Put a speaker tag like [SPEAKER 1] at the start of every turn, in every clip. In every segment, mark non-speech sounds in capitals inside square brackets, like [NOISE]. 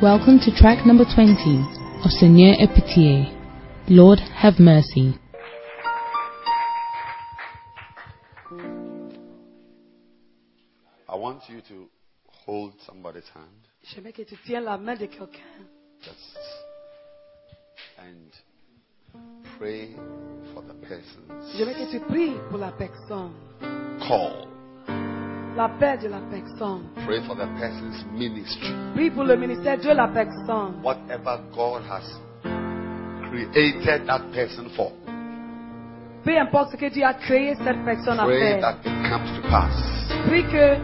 [SPEAKER 1] Welcome to track number 20 of Seigneur Epitier, Lord Have Mercy.
[SPEAKER 2] I want you to hold somebody's hand.
[SPEAKER 3] J'aimerais que tu tiennes la main de quelqu'un
[SPEAKER 2] Just and pray for the person's
[SPEAKER 3] J'aimerais que tu pries pour la personne.
[SPEAKER 2] call.
[SPEAKER 3] La paix de la personne.
[SPEAKER 2] Pray for the person's ministry.
[SPEAKER 3] Prie pour le ministère de la personne.
[SPEAKER 2] Whatever God has created that person for,
[SPEAKER 3] Peu importe ce que Dieu a créé cette personne à
[SPEAKER 2] pray
[SPEAKER 3] faire.
[SPEAKER 2] that it comes to pass.
[SPEAKER 3] Prie que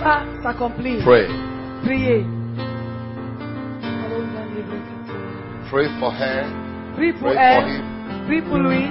[SPEAKER 3] ça s'accomplisse.
[SPEAKER 2] Pray.
[SPEAKER 3] Priez.
[SPEAKER 2] Pray for her.
[SPEAKER 3] Prie pour
[SPEAKER 2] Pray for
[SPEAKER 3] elle.
[SPEAKER 2] him.
[SPEAKER 3] Prie pour lui.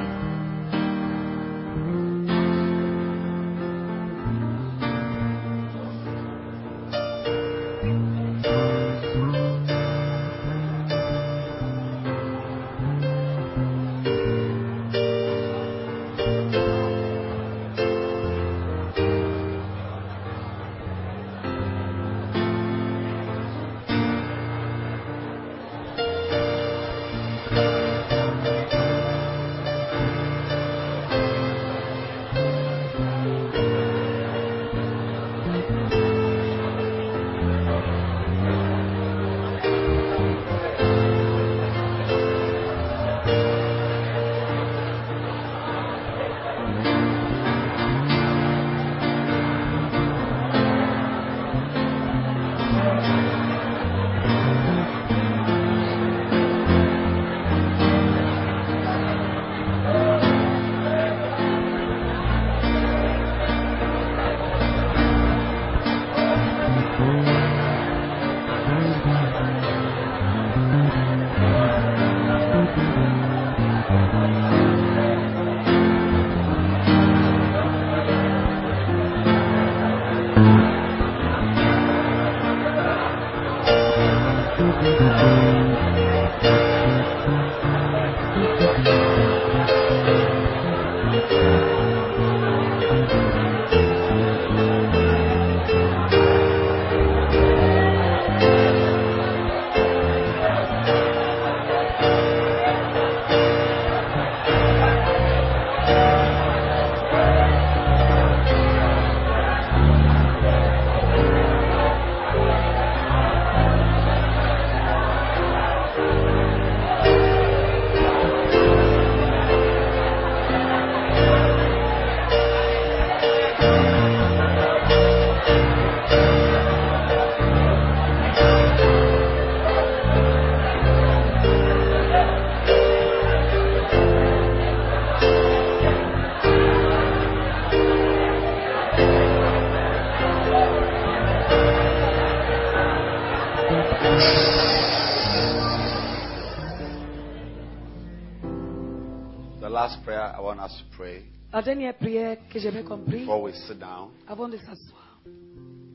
[SPEAKER 2] The last prayer I want us to pray
[SPEAKER 3] La dernière prière que j'aimerais qu'on prie
[SPEAKER 2] before we sit down,
[SPEAKER 3] avant de s'asseoir.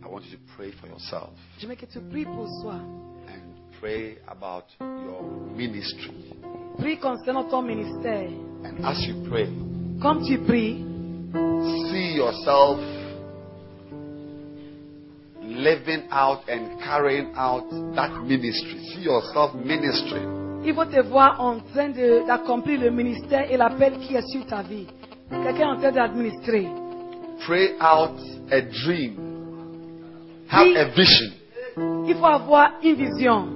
[SPEAKER 2] I want you to pray for yourself
[SPEAKER 3] J'aimerais que tu pries pour soi.
[SPEAKER 2] and pray about your ministry.
[SPEAKER 3] Prie concernant ton ministère.
[SPEAKER 2] And as you pray,
[SPEAKER 3] Comme tu pries,
[SPEAKER 2] see yourself living out and carrying out that ministry. See yourself ministering.
[SPEAKER 3] Il faut te voir en train de- d'accomplir le ministère et l'appel qui est sur ta vie. Quelqu'un est en train d'administrer.
[SPEAKER 2] Pray out a dream. Have a vision.
[SPEAKER 3] Il faut avoir une vision.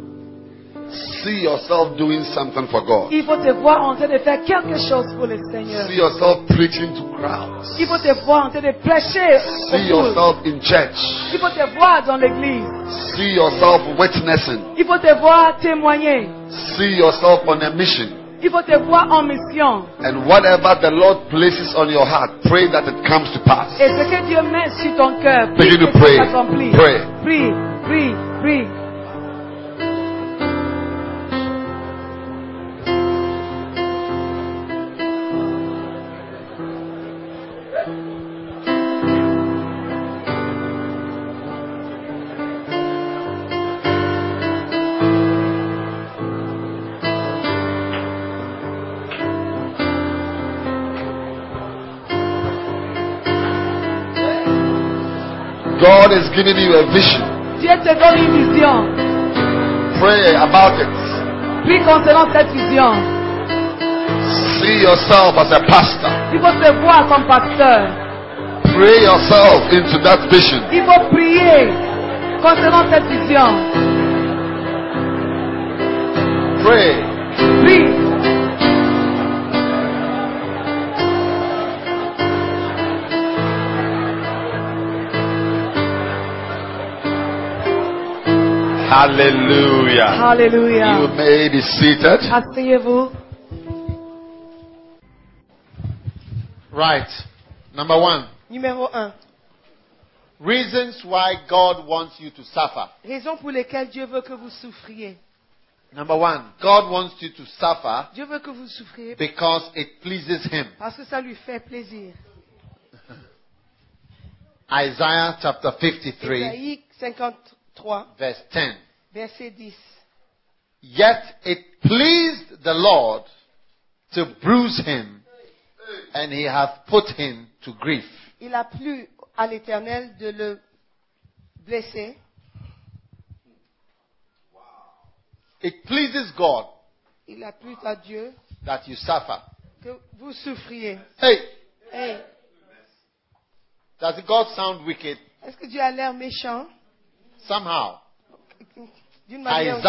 [SPEAKER 2] See yourself doing something for God.
[SPEAKER 3] Il faut te voir en train de faire quelque chose pour le Seigneur.
[SPEAKER 2] See yourself preaching to crowds.
[SPEAKER 3] Il faut te voir en train de prêcher. aux
[SPEAKER 2] See
[SPEAKER 3] foules.
[SPEAKER 2] yourself in church.
[SPEAKER 3] Il faut te voir dans l'église.
[SPEAKER 2] See yourself witnessing.
[SPEAKER 3] Il faut te voir témoigner.
[SPEAKER 2] See yourself on a mission.
[SPEAKER 3] Il faut te voir en mission.
[SPEAKER 2] And whatever the Lord places on your heart, pray that it comes to pass.
[SPEAKER 3] Et ce que Dieu met sur ton cœur,
[SPEAKER 2] Begin to
[SPEAKER 3] que ça
[SPEAKER 2] pray.
[SPEAKER 3] s'accomplisse.
[SPEAKER 2] Pray.
[SPEAKER 3] Prie, prie, prie.
[SPEAKER 2] God is giving you a vision.
[SPEAKER 3] Dieu te donne une vision.
[SPEAKER 4] Pray about it.
[SPEAKER 3] Prie concernant cette vision.
[SPEAKER 4] See yourself as a pastor.
[SPEAKER 3] Il faut se voir comme pasteur.
[SPEAKER 4] Pray yourself into that vision.
[SPEAKER 3] Il faut prier concernant cette vision.
[SPEAKER 4] Pray.
[SPEAKER 3] Prie.
[SPEAKER 4] Hallelujah. You
[SPEAKER 3] Alléluia.
[SPEAKER 4] may be seated.
[SPEAKER 3] Asseyez-vous.
[SPEAKER 2] Right. Number one,
[SPEAKER 5] Numéro 1.
[SPEAKER 2] reasons why God wants you to suffer.
[SPEAKER 5] Raison pour laquelle Dieu veut que vous souffriez.
[SPEAKER 2] Number one, God wants you to suffer
[SPEAKER 5] Dieu veut que vous souffriez
[SPEAKER 2] because it pleases Him.
[SPEAKER 5] parce que ça lui fait plaisir.
[SPEAKER 2] Isaiah chapter 53,
[SPEAKER 5] Isaïe 53,
[SPEAKER 2] verse 10.
[SPEAKER 5] verset 10.
[SPEAKER 2] Yet it pleased the Lord to bruise him, and he hath put him to grief.
[SPEAKER 5] Il a plu à l'Éternel de le blesser.
[SPEAKER 2] It pleases God
[SPEAKER 5] Il a plu à Dieu
[SPEAKER 2] that you suffer.
[SPEAKER 5] que vous souffriez.
[SPEAKER 2] Hey,
[SPEAKER 5] Hey,
[SPEAKER 2] does God sound wicked?
[SPEAKER 5] Est-ce que Dieu a l'air méchant
[SPEAKER 2] Somehow.
[SPEAKER 5] d'une manière ou d'une autre?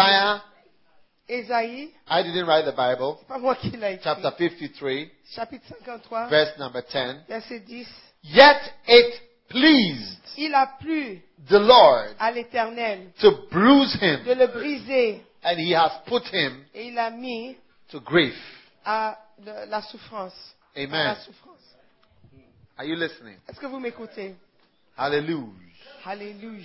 [SPEAKER 2] Isaiah,
[SPEAKER 5] Isaïe,
[SPEAKER 2] I didn't write the Bible,
[SPEAKER 5] c'est pas moi qui l'ai écrit.
[SPEAKER 2] chapter 53,
[SPEAKER 5] Chapitre 53,
[SPEAKER 2] verse number 10.
[SPEAKER 5] verset 10.
[SPEAKER 2] Yet it pleased
[SPEAKER 5] Il a plu
[SPEAKER 2] the Lord
[SPEAKER 5] à l'Éternel
[SPEAKER 2] to bruise him,
[SPEAKER 5] de le briser
[SPEAKER 2] and he hath put him
[SPEAKER 5] et il a mis
[SPEAKER 2] to grief.
[SPEAKER 5] à le- la souffrance. À
[SPEAKER 2] Amen.
[SPEAKER 5] la souffrance.
[SPEAKER 2] Are you listening?
[SPEAKER 5] Est-ce que vous m'écoutez
[SPEAKER 2] Hallelujah.
[SPEAKER 5] Alléluia.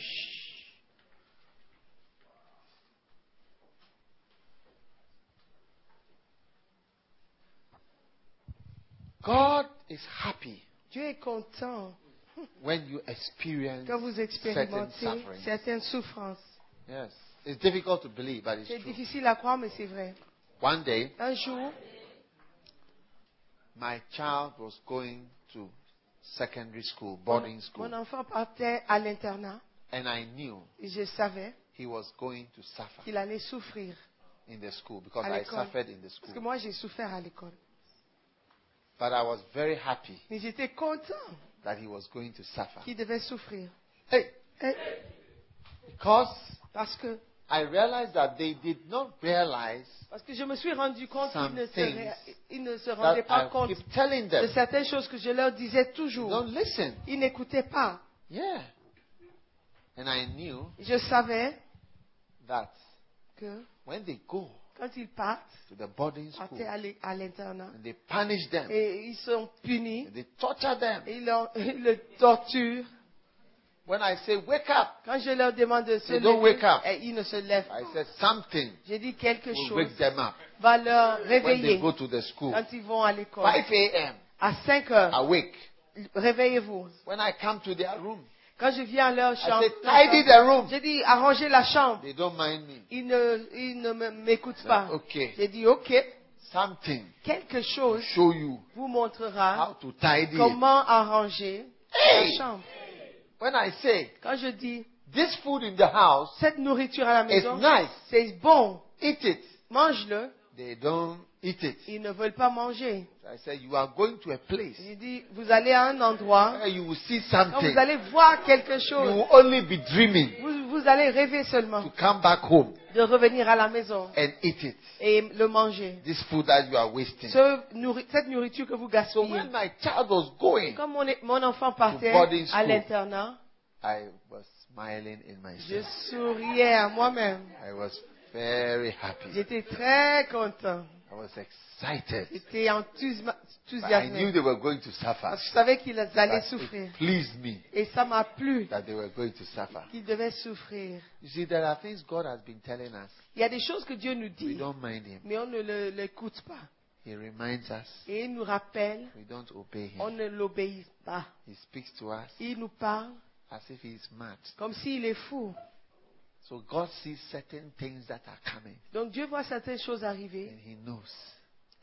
[SPEAKER 2] God is happy
[SPEAKER 5] Dieu est content
[SPEAKER 2] when you experience
[SPEAKER 5] que vous
[SPEAKER 2] certain
[SPEAKER 5] expérimentez
[SPEAKER 2] suffering.
[SPEAKER 5] certaines souffrances.
[SPEAKER 2] Yes. It's difficult to believe, but it's
[SPEAKER 5] C'est
[SPEAKER 2] true.
[SPEAKER 5] difficile à croire, mais c'est vrai.
[SPEAKER 2] One day,
[SPEAKER 5] Un jour,
[SPEAKER 2] my child was going to secondary school, boarding school,
[SPEAKER 5] mon enfant partait à l'internat
[SPEAKER 2] and I knew
[SPEAKER 5] et je savais
[SPEAKER 2] he was going to suffer
[SPEAKER 5] qu'il allait souffrir.
[SPEAKER 2] in the school because
[SPEAKER 5] À
[SPEAKER 2] I
[SPEAKER 5] l'école.
[SPEAKER 2] suffered in the
[SPEAKER 5] Parce que
[SPEAKER 2] school.
[SPEAKER 5] moi, j'ai souffert à l'école.
[SPEAKER 2] But I was very happy
[SPEAKER 5] Mais j'étais content
[SPEAKER 2] that he was going to suffer.
[SPEAKER 5] qu'il devait souffrir.
[SPEAKER 2] Hey,
[SPEAKER 5] Eh,
[SPEAKER 2] because
[SPEAKER 5] Parce que,
[SPEAKER 2] I realized that they did not realize
[SPEAKER 5] parce que je me suis rendu compte
[SPEAKER 2] Some
[SPEAKER 5] qu'ils ne, se
[SPEAKER 2] things
[SPEAKER 5] ré- ils ne se
[SPEAKER 2] that
[SPEAKER 5] rendaient pas
[SPEAKER 2] I
[SPEAKER 5] compte
[SPEAKER 2] keep telling
[SPEAKER 5] de
[SPEAKER 2] them,
[SPEAKER 5] certaines choses que je leur disais toujours.
[SPEAKER 2] don't listen.
[SPEAKER 5] Ils n'écoutaient pas.
[SPEAKER 2] Yeah. And I knew
[SPEAKER 5] Je savais
[SPEAKER 2] that
[SPEAKER 5] que
[SPEAKER 2] when they go
[SPEAKER 5] quand ils partent,
[SPEAKER 2] to the boarding school
[SPEAKER 5] partaient à l'é- à l'internat
[SPEAKER 2] and they punish them
[SPEAKER 5] et ils sont punis
[SPEAKER 2] and they torture them,
[SPEAKER 5] et ils, leur- [LAUGHS] ils le torturent.
[SPEAKER 2] when I say wake up,
[SPEAKER 5] Quand je leur demande de se
[SPEAKER 2] They don't
[SPEAKER 5] lever,
[SPEAKER 2] wake up.
[SPEAKER 5] eh, ils ne se lèvent
[SPEAKER 2] I
[SPEAKER 5] pas.
[SPEAKER 2] said something
[SPEAKER 5] J'ai dit quelque
[SPEAKER 2] will
[SPEAKER 5] chose
[SPEAKER 2] wake them up
[SPEAKER 5] va leur
[SPEAKER 2] when they
[SPEAKER 5] réveiller
[SPEAKER 2] go to the school.
[SPEAKER 5] quand ils vont à l'école.
[SPEAKER 2] 5 a.m.
[SPEAKER 5] À 5 heures,
[SPEAKER 2] awake.
[SPEAKER 5] réveillez-vous.
[SPEAKER 2] When I come to their room,
[SPEAKER 5] Quand je viens à leur
[SPEAKER 2] I
[SPEAKER 5] chambre,
[SPEAKER 2] say Ah, tidy the room.
[SPEAKER 5] j'ai dit arrangez la chambre.
[SPEAKER 2] They don't mind me.
[SPEAKER 5] Ils ne, ils ne me- m'écoutent pas.
[SPEAKER 2] Ah, Ok.
[SPEAKER 5] J'ai dit ok,
[SPEAKER 2] Something
[SPEAKER 5] quelque chose
[SPEAKER 2] show you
[SPEAKER 5] vous montrera
[SPEAKER 2] how to tidy. it.
[SPEAKER 5] Comment arranger
[SPEAKER 2] Ah, Hey!
[SPEAKER 5] la chambre
[SPEAKER 2] When I say
[SPEAKER 5] Quand je dis
[SPEAKER 2] this food in the house,
[SPEAKER 5] cette nourriture à la
[SPEAKER 2] It's
[SPEAKER 5] maison,
[SPEAKER 2] nice.
[SPEAKER 5] c'est bon,
[SPEAKER 2] eat it.
[SPEAKER 5] mange-le.
[SPEAKER 2] They don't eat it.
[SPEAKER 5] Ils ne veulent pas manger.
[SPEAKER 2] I said you are going to a place
[SPEAKER 5] Je dis vous allez à un endroit,
[SPEAKER 2] where you will see
[SPEAKER 5] quand
[SPEAKER 2] something.
[SPEAKER 5] vous allez voir quelque
[SPEAKER 2] You
[SPEAKER 5] chose,
[SPEAKER 2] will only be dreaming
[SPEAKER 5] vous, vous allez rêver seulement
[SPEAKER 2] to come back home
[SPEAKER 5] de revenir à la maison
[SPEAKER 2] and eat it.
[SPEAKER 5] et le manger.
[SPEAKER 2] This food that you are wasting.
[SPEAKER 5] Ce nourri- cette nourriture que vous
[SPEAKER 2] So
[SPEAKER 5] gaspillez.
[SPEAKER 2] when my child was going,
[SPEAKER 5] Quand bah, mon, mon enfant partait
[SPEAKER 2] To boarding
[SPEAKER 5] à
[SPEAKER 2] school.
[SPEAKER 5] l'internat,
[SPEAKER 2] I was smiling in my
[SPEAKER 5] je
[SPEAKER 2] sleep.
[SPEAKER 5] souriais à moi-même.
[SPEAKER 2] I was very happy.
[SPEAKER 5] J'étais très content.
[SPEAKER 2] I was excited.
[SPEAKER 5] J'étais
[SPEAKER 2] But
[SPEAKER 5] enthousiasma-
[SPEAKER 2] I
[SPEAKER 5] enthousiasmé.
[SPEAKER 2] knew they were going to suffer.
[SPEAKER 5] Parce que je savais qu'ils
[SPEAKER 2] But
[SPEAKER 5] allaient souffrir.
[SPEAKER 2] it pleased me
[SPEAKER 5] Et ça m'a plu
[SPEAKER 2] that they were going to suffer.
[SPEAKER 5] qu'ils devaient souffrir.
[SPEAKER 2] You see, there are things God has been telling us.
[SPEAKER 5] Il y a des choses que Dieu nous
[SPEAKER 2] We
[SPEAKER 5] dit,
[SPEAKER 2] don't mind Him.
[SPEAKER 5] mais on ne le- l'écoute pas.
[SPEAKER 2] He reminds us.
[SPEAKER 5] Et il nous rappelle,
[SPEAKER 2] We don't obey
[SPEAKER 5] on
[SPEAKER 2] Him.
[SPEAKER 5] ne l'obéit pas.
[SPEAKER 2] He speaks to us
[SPEAKER 5] Il nous parle
[SPEAKER 2] as if He is mad.
[SPEAKER 5] comme s'il est fou.
[SPEAKER 2] So God sees certain things that are coming,
[SPEAKER 5] Donc Dieu voit certaines choses
[SPEAKER 2] and
[SPEAKER 5] arriver
[SPEAKER 2] He knows.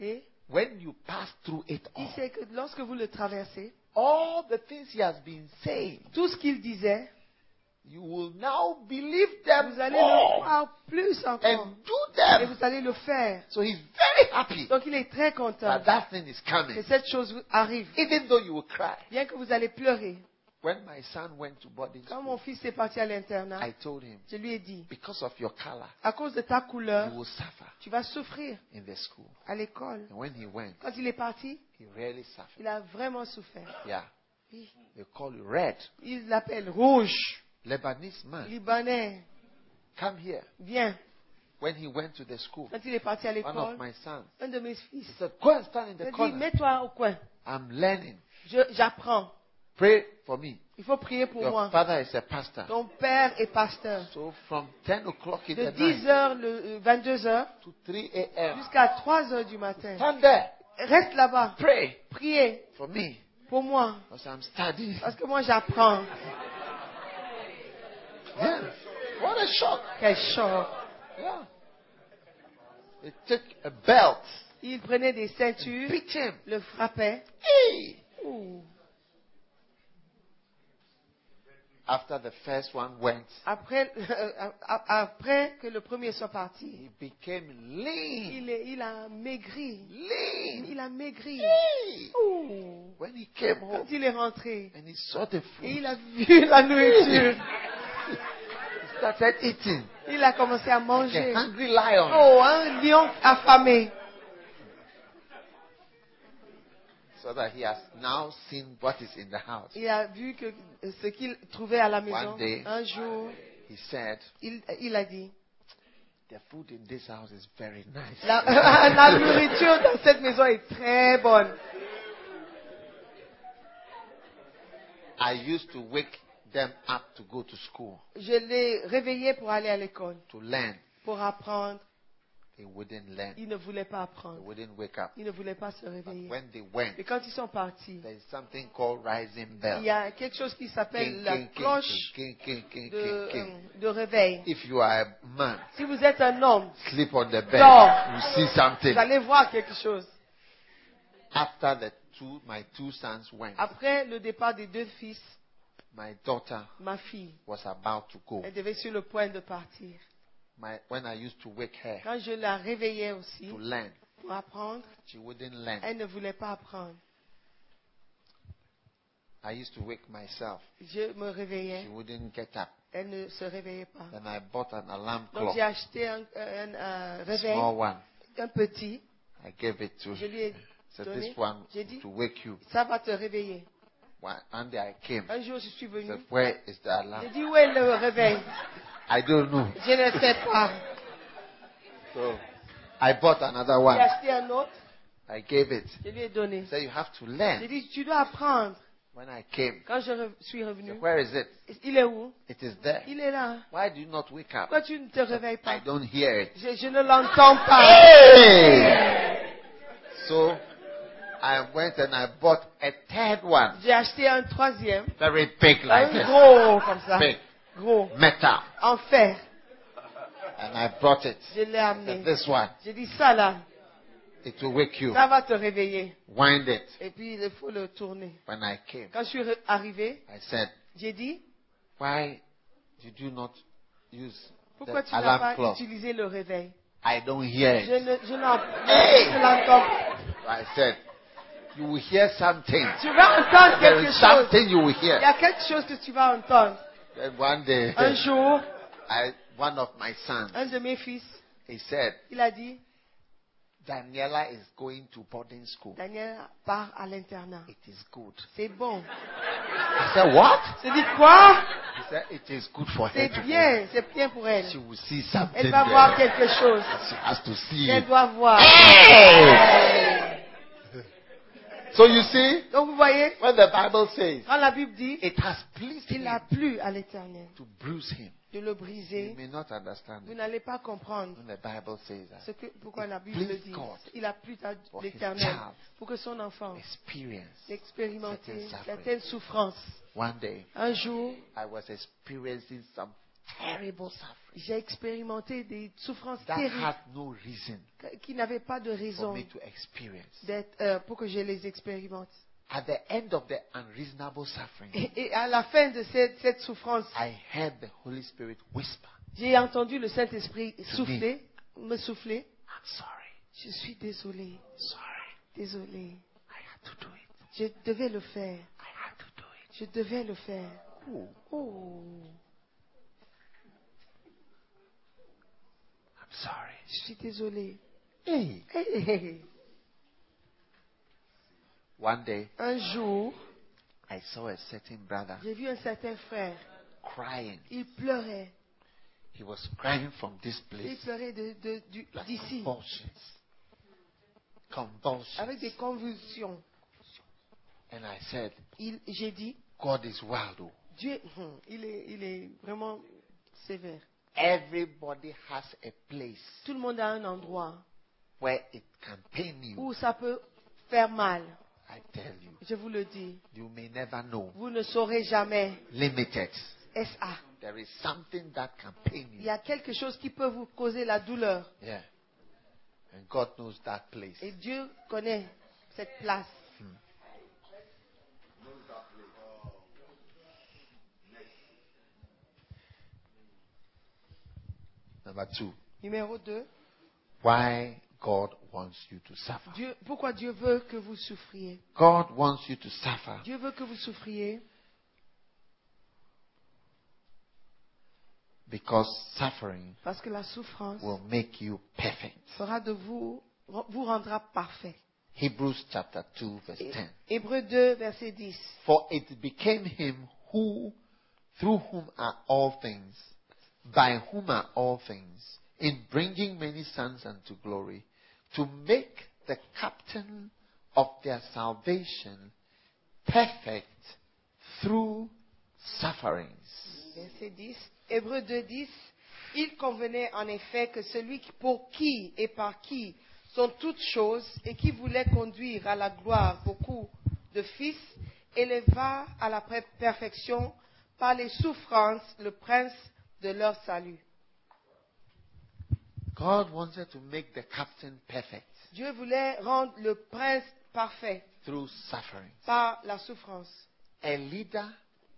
[SPEAKER 5] et
[SPEAKER 2] When you pass through it
[SPEAKER 5] il
[SPEAKER 2] all,
[SPEAKER 5] sait que lorsque vous le traversez,
[SPEAKER 2] all the things He has been saying,
[SPEAKER 5] tout ce qu'il disait,
[SPEAKER 2] you will now believe them
[SPEAKER 5] vous allez
[SPEAKER 2] more.
[SPEAKER 5] le à plus encore.
[SPEAKER 2] and do
[SPEAKER 5] Et
[SPEAKER 2] them.
[SPEAKER 5] vous allez le faire.
[SPEAKER 2] So he's very happy
[SPEAKER 5] Donc il est très content
[SPEAKER 2] that that thing is
[SPEAKER 5] que
[SPEAKER 2] coming.
[SPEAKER 5] cette chose vous arrive.
[SPEAKER 2] Even though you will cry.
[SPEAKER 5] Bien que vous allez pleurer.
[SPEAKER 2] When my son went to boarding
[SPEAKER 5] Quand
[SPEAKER 2] school,
[SPEAKER 5] mon fils est parti à l'internat,
[SPEAKER 2] I told him,
[SPEAKER 5] je lui ai dit,
[SPEAKER 2] because of your color,
[SPEAKER 5] à cause de ta
[SPEAKER 2] you
[SPEAKER 5] couleur,
[SPEAKER 2] will suffer
[SPEAKER 5] tu vas souffrir
[SPEAKER 2] in the school.
[SPEAKER 5] à l'école.
[SPEAKER 2] And when he went,
[SPEAKER 5] Quand il est parti,
[SPEAKER 2] he really suffered.
[SPEAKER 5] il a vraiment souffert.
[SPEAKER 2] Yeah.
[SPEAKER 5] Oui.
[SPEAKER 2] They call you red.
[SPEAKER 5] Ils l'appellent rouge,
[SPEAKER 2] Lebanese man.
[SPEAKER 5] libanais,
[SPEAKER 2] Come here.
[SPEAKER 5] viens.
[SPEAKER 2] When he went to the school,
[SPEAKER 5] Quand il est parti à
[SPEAKER 2] one of
[SPEAKER 5] l'école,
[SPEAKER 2] my sons
[SPEAKER 5] un de mes
[SPEAKER 2] he
[SPEAKER 5] fils
[SPEAKER 2] said, Go and stand in
[SPEAKER 5] a
[SPEAKER 2] the
[SPEAKER 5] dit,
[SPEAKER 2] corner.
[SPEAKER 5] mets-toi au coin.
[SPEAKER 2] I'm learning.
[SPEAKER 5] Je- J'apprends.
[SPEAKER 2] Pray for me.
[SPEAKER 5] Il faut prier pour
[SPEAKER 2] Your
[SPEAKER 5] moi.
[SPEAKER 2] father is a pastor.
[SPEAKER 5] Ton père est pasteur.
[SPEAKER 2] So from 10 o'clock in
[SPEAKER 5] De
[SPEAKER 2] the night
[SPEAKER 5] 10h, le 22h,
[SPEAKER 2] to 3 a.m.,
[SPEAKER 5] jusqu'à 3h du matin.
[SPEAKER 2] stand there.
[SPEAKER 5] Reste là-bas.
[SPEAKER 2] Pray
[SPEAKER 5] Priez
[SPEAKER 2] for me
[SPEAKER 5] pour moi.
[SPEAKER 2] because I'm studying.
[SPEAKER 5] Parce que moi, j'apprends.
[SPEAKER 2] Yeah. What a shock.
[SPEAKER 5] Quel choc.
[SPEAKER 2] Yeah. He took a belt,
[SPEAKER 5] Il prenait des ceintures,
[SPEAKER 2] beat him.
[SPEAKER 5] le frappait.
[SPEAKER 2] Hey!
[SPEAKER 5] Ouh.
[SPEAKER 2] After the first one went,
[SPEAKER 5] Après, euh, après que le premier soit parti,
[SPEAKER 2] he became lean.
[SPEAKER 5] il, est- il a maigri.
[SPEAKER 2] Lean.
[SPEAKER 5] Il a maigri.
[SPEAKER 2] Hey!
[SPEAKER 5] Ouh.
[SPEAKER 2] When he came
[SPEAKER 5] Quand
[SPEAKER 2] home
[SPEAKER 5] il est rentré
[SPEAKER 2] and he saw the
[SPEAKER 5] et
[SPEAKER 2] food,
[SPEAKER 5] il a vu la nourriture,
[SPEAKER 2] he started eating.
[SPEAKER 5] il a commencé à
[SPEAKER 2] Like a
[SPEAKER 5] manger.
[SPEAKER 2] hungry lion.
[SPEAKER 5] Oh, un lion affamé.
[SPEAKER 2] So that he has now seen what is in the house.
[SPEAKER 5] Il a vu que ce qu'il trouvait à la maison.
[SPEAKER 2] One day.
[SPEAKER 5] Un jour,
[SPEAKER 2] He said,
[SPEAKER 5] il, il a dit,
[SPEAKER 2] The food in this house is very nice.
[SPEAKER 5] la, [LAUGHS] la nourriture dans cette maison est très bonne.
[SPEAKER 2] I used to wake them up to go to school,
[SPEAKER 5] Je l'ai réveillé pour aller à l'école,
[SPEAKER 2] to learn.
[SPEAKER 5] pour apprendre.
[SPEAKER 2] They wouldn't learn.
[SPEAKER 5] Il ne voulait pas
[SPEAKER 2] They
[SPEAKER 5] apprendre.
[SPEAKER 2] wouldn't wake up.
[SPEAKER 5] Il ne voulait pas se
[SPEAKER 2] But
[SPEAKER 5] réveiller.
[SPEAKER 2] when they went,
[SPEAKER 5] Mais quand ils sont partis,
[SPEAKER 2] there is something called rising
[SPEAKER 5] il
[SPEAKER 2] bell.
[SPEAKER 5] y a quelque chose qui s'appelle
[SPEAKER 2] King,
[SPEAKER 5] la
[SPEAKER 2] king, king,
[SPEAKER 5] cloche
[SPEAKER 2] king, king, king,
[SPEAKER 5] de,
[SPEAKER 2] king, king.
[SPEAKER 5] euh, de réveil.
[SPEAKER 2] If you are a man,
[SPEAKER 5] Si vous êtes un homme,
[SPEAKER 2] sleep on the
[SPEAKER 5] No.
[SPEAKER 2] bed, you see something.
[SPEAKER 5] vous allez voir quelque chose.
[SPEAKER 2] After the two, my two sons went,
[SPEAKER 5] Après le départ des deux fils,
[SPEAKER 2] my daughter
[SPEAKER 5] ma fille,
[SPEAKER 2] was about to go.
[SPEAKER 5] elle devait sur le point de partir.
[SPEAKER 2] My, when I used to wake her
[SPEAKER 5] Quand je la réveillais aussi
[SPEAKER 2] to learn,
[SPEAKER 5] pour apprendre,
[SPEAKER 2] she wouldn't learn.
[SPEAKER 5] elle ne voulait pas apprendre.
[SPEAKER 2] I used to wake myself.
[SPEAKER 5] Je me réveillais,
[SPEAKER 2] She wouldn't get up.
[SPEAKER 5] elle ne se réveillait pas.
[SPEAKER 2] Then I bought an alarm
[SPEAKER 5] Donc
[SPEAKER 2] clock,
[SPEAKER 5] j'ai acheté un, un, un réveil,
[SPEAKER 2] small one.
[SPEAKER 5] un petit.
[SPEAKER 2] I gave it to
[SPEAKER 5] Je lui ai
[SPEAKER 2] said
[SPEAKER 5] donné.
[SPEAKER 2] this one
[SPEAKER 5] J'ai dit,
[SPEAKER 2] to wake you.
[SPEAKER 5] ça va te réveiller.
[SPEAKER 2] One, one day I came.
[SPEAKER 5] Un jour, Ah, je suis venu.
[SPEAKER 2] Said, where is the
[SPEAKER 5] J'ai
[SPEAKER 2] alarm?
[SPEAKER 5] dit, où est le réveil
[SPEAKER 2] I don't know.
[SPEAKER 5] Je ne sais pas.
[SPEAKER 2] So I bought another one.
[SPEAKER 5] J'ai acheté un autre,
[SPEAKER 2] I gave it.
[SPEAKER 5] je lui ai donné.
[SPEAKER 2] Said you have to
[SPEAKER 5] J'ai
[SPEAKER 2] learn.
[SPEAKER 5] dit, tu dois apprendre.
[SPEAKER 2] When I came,
[SPEAKER 5] Quand je re- suis
[SPEAKER 2] said,
[SPEAKER 5] revenu,
[SPEAKER 2] where is it?
[SPEAKER 5] il est où
[SPEAKER 2] It is there.
[SPEAKER 5] "Mm-hmm." Il est là.
[SPEAKER 2] Why do you not wake up?
[SPEAKER 5] Pourquoi tu ne te réveilles
[SPEAKER 2] I
[SPEAKER 5] pas
[SPEAKER 2] don't hear it.
[SPEAKER 5] Je, je ne l'entends pas.
[SPEAKER 2] Hey! So I went and I bought a third one,
[SPEAKER 5] J'ai acheté un troisième,
[SPEAKER 2] very big like
[SPEAKER 5] un
[SPEAKER 2] this,
[SPEAKER 5] gros comme ça,
[SPEAKER 2] big
[SPEAKER 5] gros,
[SPEAKER 2] metal,
[SPEAKER 5] en fer.
[SPEAKER 2] and I brought it.
[SPEAKER 5] Je l'ai
[SPEAKER 2] Said,
[SPEAKER 5] amené.
[SPEAKER 2] this one,
[SPEAKER 5] J'ai dit, ça là,
[SPEAKER 2] it will wake you.
[SPEAKER 5] ça va te réveiller.
[SPEAKER 2] Wind it.
[SPEAKER 5] Et puis, il faut le tourner.
[SPEAKER 2] When I came,
[SPEAKER 5] Quand je suis re- arrivée,
[SPEAKER 2] I said,
[SPEAKER 5] j'ai dit,
[SPEAKER 2] Why did you not use the
[SPEAKER 5] pourquoi tu n'as
[SPEAKER 2] alarm
[SPEAKER 5] pas
[SPEAKER 2] clock?
[SPEAKER 5] utilisé le réveil
[SPEAKER 2] I don't hear
[SPEAKER 5] Je
[SPEAKER 2] it.
[SPEAKER 5] ne je n'en-
[SPEAKER 2] Hey!
[SPEAKER 5] je l'entends pas.
[SPEAKER 2] I said, You will hear something.
[SPEAKER 5] Tu vas entendre
[SPEAKER 2] There
[SPEAKER 5] quelque
[SPEAKER 2] is
[SPEAKER 5] chose.
[SPEAKER 2] something you will
[SPEAKER 5] Il y
[SPEAKER 2] hear.
[SPEAKER 5] a quelque chose que tu vas entendre.
[SPEAKER 2] Then one
[SPEAKER 5] [LAUGHS]
[SPEAKER 2] day,
[SPEAKER 5] Un jour,
[SPEAKER 2] I, one of my sons,
[SPEAKER 5] un de mes fils,
[SPEAKER 2] he said,
[SPEAKER 5] il a dit,
[SPEAKER 2] Daniela is going to boarding school.
[SPEAKER 5] Daniel part à l'internat.
[SPEAKER 2] It is good.
[SPEAKER 5] C'est bon.
[SPEAKER 2] I said, What?
[SPEAKER 5] Je dis quoi
[SPEAKER 2] He said, It is good for her
[SPEAKER 5] C'est
[SPEAKER 2] to go.
[SPEAKER 5] bien, c'est bien pour elle.
[SPEAKER 2] She will see something.
[SPEAKER 5] Elle va voir
[SPEAKER 2] there.
[SPEAKER 5] quelque chose.
[SPEAKER 2] She has to see
[SPEAKER 5] Elle
[SPEAKER 2] it.
[SPEAKER 5] doit voir.
[SPEAKER 2] Hey! So you see,
[SPEAKER 5] Donc vous voyez,
[SPEAKER 2] when the Bible says,
[SPEAKER 5] quand la Bible dit,
[SPEAKER 2] It has pleased
[SPEAKER 5] il
[SPEAKER 2] him
[SPEAKER 5] a plu à l'Éternel
[SPEAKER 2] to bruise him.
[SPEAKER 5] de le
[SPEAKER 2] You
[SPEAKER 5] briser.
[SPEAKER 2] may not understand
[SPEAKER 5] Vous
[SPEAKER 2] it
[SPEAKER 5] n'allez pas comprendre
[SPEAKER 2] when the Bible says
[SPEAKER 5] ce
[SPEAKER 2] that.
[SPEAKER 5] que, pourquoi la Bible
[SPEAKER 2] Please
[SPEAKER 5] le dit.
[SPEAKER 2] God.
[SPEAKER 5] Il a plu à
[SPEAKER 2] For his
[SPEAKER 5] l'Éternel
[SPEAKER 2] child.
[SPEAKER 5] pour que son enfant
[SPEAKER 2] Experience.
[SPEAKER 5] expérimenté
[SPEAKER 2] Certaines sufferings.
[SPEAKER 5] certaines souffrances.
[SPEAKER 2] One day,
[SPEAKER 5] Un jour,
[SPEAKER 2] I was experiencing some terrible suffering
[SPEAKER 5] j'ai expérimenté des souffrances
[SPEAKER 2] that
[SPEAKER 5] terribles
[SPEAKER 2] had no reason
[SPEAKER 5] que- qui n'avaient pas de
[SPEAKER 2] for
[SPEAKER 5] raison
[SPEAKER 2] me to experience.
[SPEAKER 5] d'être euh, pour que je les expérimente.
[SPEAKER 2] At the end of the unreasonable suffering,
[SPEAKER 5] Et, et à la fin de cette, cette souffrance,
[SPEAKER 2] I heard the Holy Spirit whisper,
[SPEAKER 5] J'ai entendu le Saint-Esprit souffler, me souffler.
[SPEAKER 4] I'm sorry.
[SPEAKER 5] Je suis désolée,
[SPEAKER 4] Sorry.
[SPEAKER 5] désolée.
[SPEAKER 4] I had to do it.
[SPEAKER 5] Je devais le faire,
[SPEAKER 4] I had to do it.
[SPEAKER 5] je devais le faire. Oh,
[SPEAKER 4] I'm sorry.
[SPEAKER 5] je suis désolée.
[SPEAKER 2] Hey. One day,
[SPEAKER 5] Un jour,
[SPEAKER 2] I saw a certain brother
[SPEAKER 5] j'ai vu un certain frère,
[SPEAKER 2] crying.
[SPEAKER 5] il pleurait,
[SPEAKER 2] He was crying from this
[SPEAKER 5] il
[SPEAKER 2] place.
[SPEAKER 5] pleurait de- de- du-
[SPEAKER 2] Like
[SPEAKER 5] d'ici,
[SPEAKER 2] convulsions. Convulsions.
[SPEAKER 5] avec des convulsions.
[SPEAKER 2] And I said,
[SPEAKER 5] Il- J'ai dit,
[SPEAKER 2] God is wild. oh.
[SPEAKER 5] Dieu, hum, il est, il est vraiment sévère.
[SPEAKER 2] Everybody has a place
[SPEAKER 5] Tout le monde a un endroit
[SPEAKER 2] where it can pain you.
[SPEAKER 5] où ça peut faire mal.
[SPEAKER 2] I tell you,
[SPEAKER 5] Je vous le dis,
[SPEAKER 2] you may never know.
[SPEAKER 5] vous ne saurez jamais.
[SPEAKER 2] Limited.
[SPEAKER 5] SA.
[SPEAKER 2] There is something that can pain
[SPEAKER 5] Il y
[SPEAKER 2] you.
[SPEAKER 5] a quelque chose qui peut vous causer la douleur.
[SPEAKER 2] Yeah. And God knows that place.
[SPEAKER 5] Et Dieu connaît cette place.
[SPEAKER 2] Number two,
[SPEAKER 5] Numéro 2.
[SPEAKER 2] why God wants you to suffer.
[SPEAKER 5] Dieu, pourquoi Dieu veut que vous souffriez
[SPEAKER 2] God wants you to suffer
[SPEAKER 5] Dieu veut que vous souffriez
[SPEAKER 2] because suffering
[SPEAKER 5] parce que la souffrance
[SPEAKER 2] will make you perfect.
[SPEAKER 5] fera de vous, vous rendra parfait.
[SPEAKER 2] Hebrews chapter 2, verse 10.
[SPEAKER 5] Hébreu 2, verset 10.
[SPEAKER 2] For it became him who, through whom are all things, by whom are all things, in bringing many sons unto glory, to make the captain of their salvation perfect through sufferings.
[SPEAKER 5] Verset 10. Hébreu 2, 10. Il convenait en effet que celui qui- pour qui et par qui sont toutes choses et qui voulait conduire à la gloire beaucoup de fils, éleva à la pré- perfection par les souffrances le prince de leur salut.
[SPEAKER 2] God wanted to make the captain perfect
[SPEAKER 5] Dieu voulait rendre le prince parfait
[SPEAKER 2] through suffering.
[SPEAKER 5] par la souffrance.
[SPEAKER 2] A leader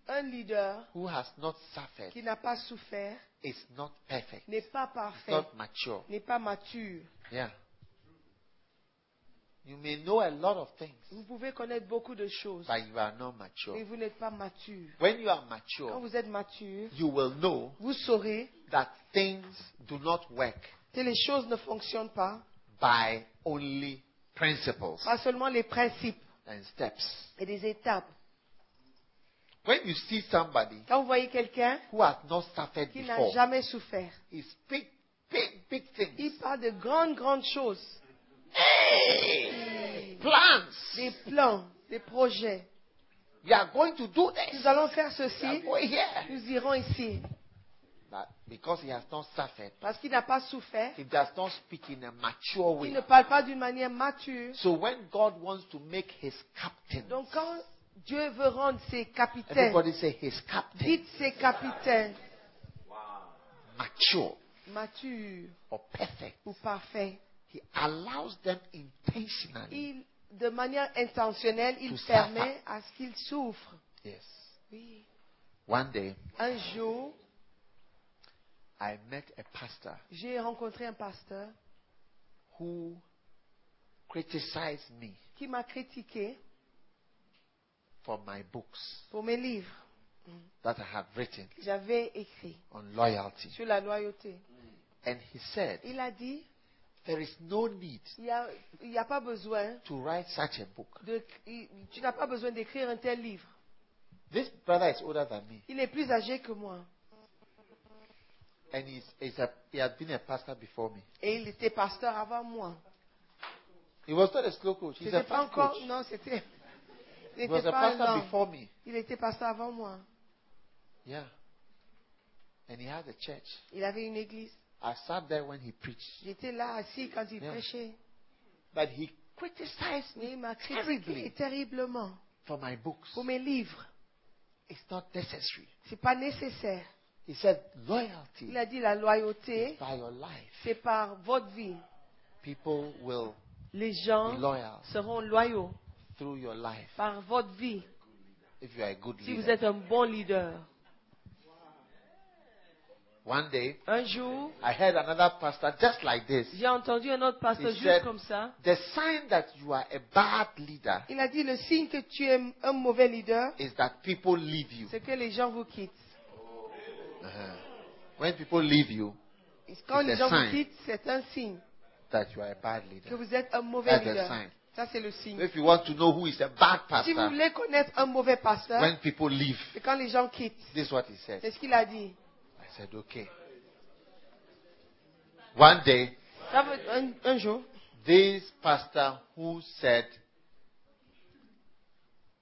[SPEAKER 5] Un leader
[SPEAKER 2] who has not suffered
[SPEAKER 5] qui n'a pas souffert
[SPEAKER 2] is not perfect,
[SPEAKER 5] n'est pas
[SPEAKER 2] It's
[SPEAKER 5] parfait,
[SPEAKER 2] not mature.
[SPEAKER 5] n'est pas mature.
[SPEAKER 2] Yeah. You may know a lot of things,
[SPEAKER 5] Vous pouvez connaître beaucoup de choses,
[SPEAKER 2] but you are not
[SPEAKER 5] mais
[SPEAKER 2] mature.
[SPEAKER 5] vous n'êtes pas mature.
[SPEAKER 2] When you are
[SPEAKER 5] Quand
[SPEAKER 2] mature,
[SPEAKER 5] vous êtes mature,
[SPEAKER 2] you will know
[SPEAKER 5] vous saurez
[SPEAKER 2] that things do not work
[SPEAKER 5] que les choses ne fonctionnent pas,
[SPEAKER 2] by only principles
[SPEAKER 5] pas seulement les principes
[SPEAKER 2] and steps.
[SPEAKER 5] et des étapes.
[SPEAKER 2] When you see somebody
[SPEAKER 5] Quand vous voyez quelqu'un
[SPEAKER 2] who has not suffered
[SPEAKER 5] qui n'a
[SPEAKER 2] before,
[SPEAKER 5] jamais souffert,
[SPEAKER 2] it's big, big, big things.
[SPEAKER 5] il parle de grandes, grandes choses,
[SPEAKER 2] Hey! Plans!
[SPEAKER 5] des plans, des projets.
[SPEAKER 2] We are going to do this.
[SPEAKER 5] Nous allons faire
[SPEAKER 2] We are
[SPEAKER 5] ceci,
[SPEAKER 2] going here.
[SPEAKER 5] nous irons ici.
[SPEAKER 2] But because he has not suffered,
[SPEAKER 5] Parce qu'il n'a pas souffert,
[SPEAKER 2] he does not speak in a mature
[SPEAKER 5] il
[SPEAKER 2] way.
[SPEAKER 5] ne parle pas d'une manière mature.
[SPEAKER 2] So when God wants to make his captain,
[SPEAKER 5] Donc quand Dieu veut rendre ses capitaines,
[SPEAKER 2] everybody say his captain
[SPEAKER 5] dites ses capitaines
[SPEAKER 2] mature
[SPEAKER 5] matures
[SPEAKER 2] or perfect,
[SPEAKER 5] ou parfaits.
[SPEAKER 2] he allows them intentionally.
[SPEAKER 5] Il, de manière intentionnelle, il
[SPEAKER 2] Tout ça.
[SPEAKER 5] permet à ce qu'il souffre.
[SPEAKER 2] Yes.
[SPEAKER 5] Oui.
[SPEAKER 2] One day
[SPEAKER 5] Un jour,
[SPEAKER 2] I met a pastor
[SPEAKER 5] j'ai rencontré un pasteur
[SPEAKER 2] who criticized me
[SPEAKER 5] qui m'a critiqué
[SPEAKER 2] for my books
[SPEAKER 5] pour mes livres
[SPEAKER 2] that I have written
[SPEAKER 5] que j'avais écrits
[SPEAKER 2] on loyalty.
[SPEAKER 5] sur la loyauté.
[SPEAKER 2] And he said,
[SPEAKER 5] Il a dit,
[SPEAKER 2] There is no need
[SPEAKER 5] il n'y a, il y a pas besoin
[SPEAKER 2] to write such a book.
[SPEAKER 5] de, il- tu n'as pas besoin d'écrire un tel livre.
[SPEAKER 2] This brother is older than me,
[SPEAKER 5] Il est plus âgé que moi.
[SPEAKER 2] and he's, he's a, he has been a pastor before me.
[SPEAKER 5] Et il était pasteur avant moi.
[SPEAKER 2] He was not a slow coach, he's a
[SPEAKER 5] C'était pas
[SPEAKER 2] fast
[SPEAKER 5] encore,
[SPEAKER 2] coach.
[SPEAKER 5] non,
[SPEAKER 2] [LAUGHS]
[SPEAKER 5] c'était, il
[SPEAKER 2] He was
[SPEAKER 5] était
[SPEAKER 2] a
[SPEAKER 5] pas
[SPEAKER 2] pastor
[SPEAKER 5] lent.
[SPEAKER 2] before me.
[SPEAKER 5] Il était pasteur avant moi.
[SPEAKER 2] Yeah. And he had a church.
[SPEAKER 5] Il avait une église.
[SPEAKER 2] I sat there when he preached.
[SPEAKER 5] J'étais là assis quand il
[SPEAKER 2] Yeah.
[SPEAKER 5] prêchait.
[SPEAKER 2] But he criticized
[SPEAKER 5] Mais
[SPEAKER 2] me
[SPEAKER 5] il m'a critiqué
[SPEAKER 2] terribly
[SPEAKER 5] terriblement
[SPEAKER 2] for my books.
[SPEAKER 5] pour mes livres.
[SPEAKER 2] It's not necessary.
[SPEAKER 5] C'est pas nécessaire.
[SPEAKER 2] He said,
[SPEAKER 5] Il
[SPEAKER 2] loyalty
[SPEAKER 5] a dit la loyauté,
[SPEAKER 2] is by your life.
[SPEAKER 5] c'est par votre vie.
[SPEAKER 2] People will
[SPEAKER 5] Les
[SPEAKER 2] be
[SPEAKER 5] gens
[SPEAKER 2] loyal
[SPEAKER 5] seront loyaux
[SPEAKER 2] through your life
[SPEAKER 5] par votre vie
[SPEAKER 2] if you are a good
[SPEAKER 5] si vous
[SPEAKER 2] leader.
[SPEAKER 5] êtes un bon leader.
[SPEAKER 2] One day,
[SPEAKER 6] Un jour,
[SPEAKER 2] I heard another pastor just like this.
[SPEAKER 6] j'ai entendu un autre pasteur
[SPEAKER 2] He
[SPEAKER 6] juste
[SPEAKER 2] said,
[SPEAKER 6] comme ça.
[SPEAKER 2] The sign that you are a bad leader
[SPEAKER 5] Il a dit le signe que tu es un mauvais leader,
[SPEAKER 2] is that people leave you.
[SPEAKER 5] c'est que les gens vous quittent.
[SPEAKER 2] When people leave you,
[SPEAKER 5] Et Quand
[SPEAKER 2] It's
[SPEAKER 5] les
[SPEAKER 2] a
[SPEAKER 5] gens vous
[SPEAKER 2] sign.
[SPEAKER 5] quittent, c'est un signe
[SPEAKER 2] that you are a bad
[SPEAKER 5] que
[SPEAKER 2] leader.
[SPEAKER 5] vous êtes un mauvais
[SPEAKER 2] That's a
[SPEAKER 5] leader.
[SPEAKER 2] sign.
[SPEAKER 5] Ça, c'est le signe.
[SPEAKER 2] If you want to know who is a bad
[SPEAKER 5] Si vous
[SPEAKER 2] pastor,
[SPEAKER 5] voulez connaître un mauvais pasteur,
[SPEAKER 2] when people leave,
[SPEAKER 5] c'est quand les gens quittent.
[SPEAKER 2] this is what he said.
[SPEAKER 5] C'est ce qu'il a dit.
[SPEAKER 2] I said, okay. One day,
[SPEAKER 5] Ça veut- un, un jour,
[SPEAKER 2] this pastor who said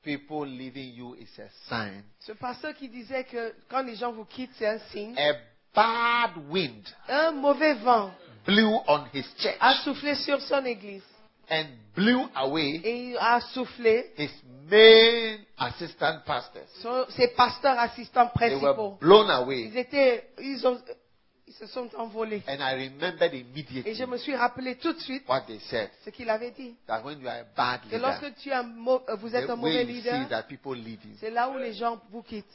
[SPEAKER 2] people leaving you is a sign,
[SPEAKER 5] ce pasteur qui disait que quand les gens vous quittent, c'est un signe.
[SPEAKER 2] a bad wind
[SPEAKER 5] Un mauvais vent
[SPEAKER 2] blew on his church
[SPEAKER 5] a soufflé sur son église
[SPEAKER 2] and blew away
[SPEAKER 5] et il a soufflé
[SPEAKER 2] his main assistant pastors.
[SPEAKER 5] sur ses pasteurs assistants
[SPEAKER 2] They were
[SPEAKER 5] principaux.
[SPEAKER 2] blown
[SPEAKER 5] Ils
[SPEAKER 2] away.
[SPEAKER 5] étaient, ils ont, ils se sont envolés.
[SPEAKER 2] And I remembered
[SPEAKER 5] Et je me
[SPEAKER 2] immediately
[SPEAKER 5] suis rappelé tout de suite
[SPEAKER 2] what they said
[SPEAKER 5] ce qu'il avait dit.
[SPEAKER 2] that when you are a bad
[SPEAKER 5] Que
[SPEAKER 2] leader,
[SPEAKER 5] lorsque tu es un mau- euh, vous êtes un
[SPEAKER 2] the way
[SPEAKER 5] mauvais
[SPEAKER 2] you see
[SPEAKER 5] leader,
[SPEAKER 2] that people leave you.
[SPEAKER 5] c'est là où les gens vous quittent.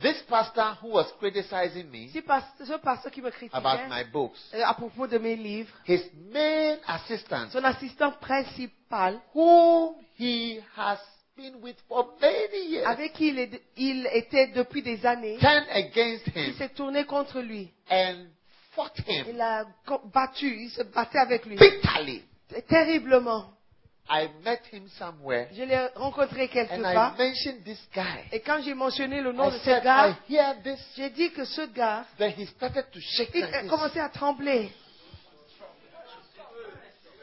[SPEAKER 2] This pastor who was criticizing me
[SPEAKER 5] Si pas- ce pasteur qui me
[SPEAKER 2] about
[SPEAKER 5] critiquait
[SPEAKER 2] my books,
[SPEAKER 5] euh, à propos de mes livres,
[SPEAKER 2] his main assistant
[SPEAKER 5] son assistant principal,
[SPEAKER 2] whom he has been with for many years,
[SPEAKER 5] avec qui il, est- il était depuis des années,
[SPEAKER 2] turned against
[SPEAKER 5] il
[SPEAKER 2] him
[SPEAKER 5] s'est tourné contre lui.
[SPEAKER 2] and fought him
[SPEAKER 5] Il a co- battu, il se battait avec lui.
[SPEAKER 2] bitterly.
[SPEAKER 5] Terriblement.
[SPEAKER 2] I met him somewhere
[SPEAKER 5] Je l'ai rencontré quelque
[SPEAKER 2] and I
[SPEAKER 5] part.
[SPEAKER 2] mentioned this guy.
[SPEAKER 5] Et quand j'ai mentionné le nom de
[SPEAKER 2] I
[SPEAKER 5] ce
[SPEAKER 2] said, I
[SPEAKER 5] gars,
[SPEAKER 2] hear this.
[SPEAKER 5] j'ai dit que ce gars,
[SPEAKER 2] Then he started to shake
[SPEAKER 5] il a
[SPEAKER 2] like this.
[SPEAKER 5] commencé à trembler.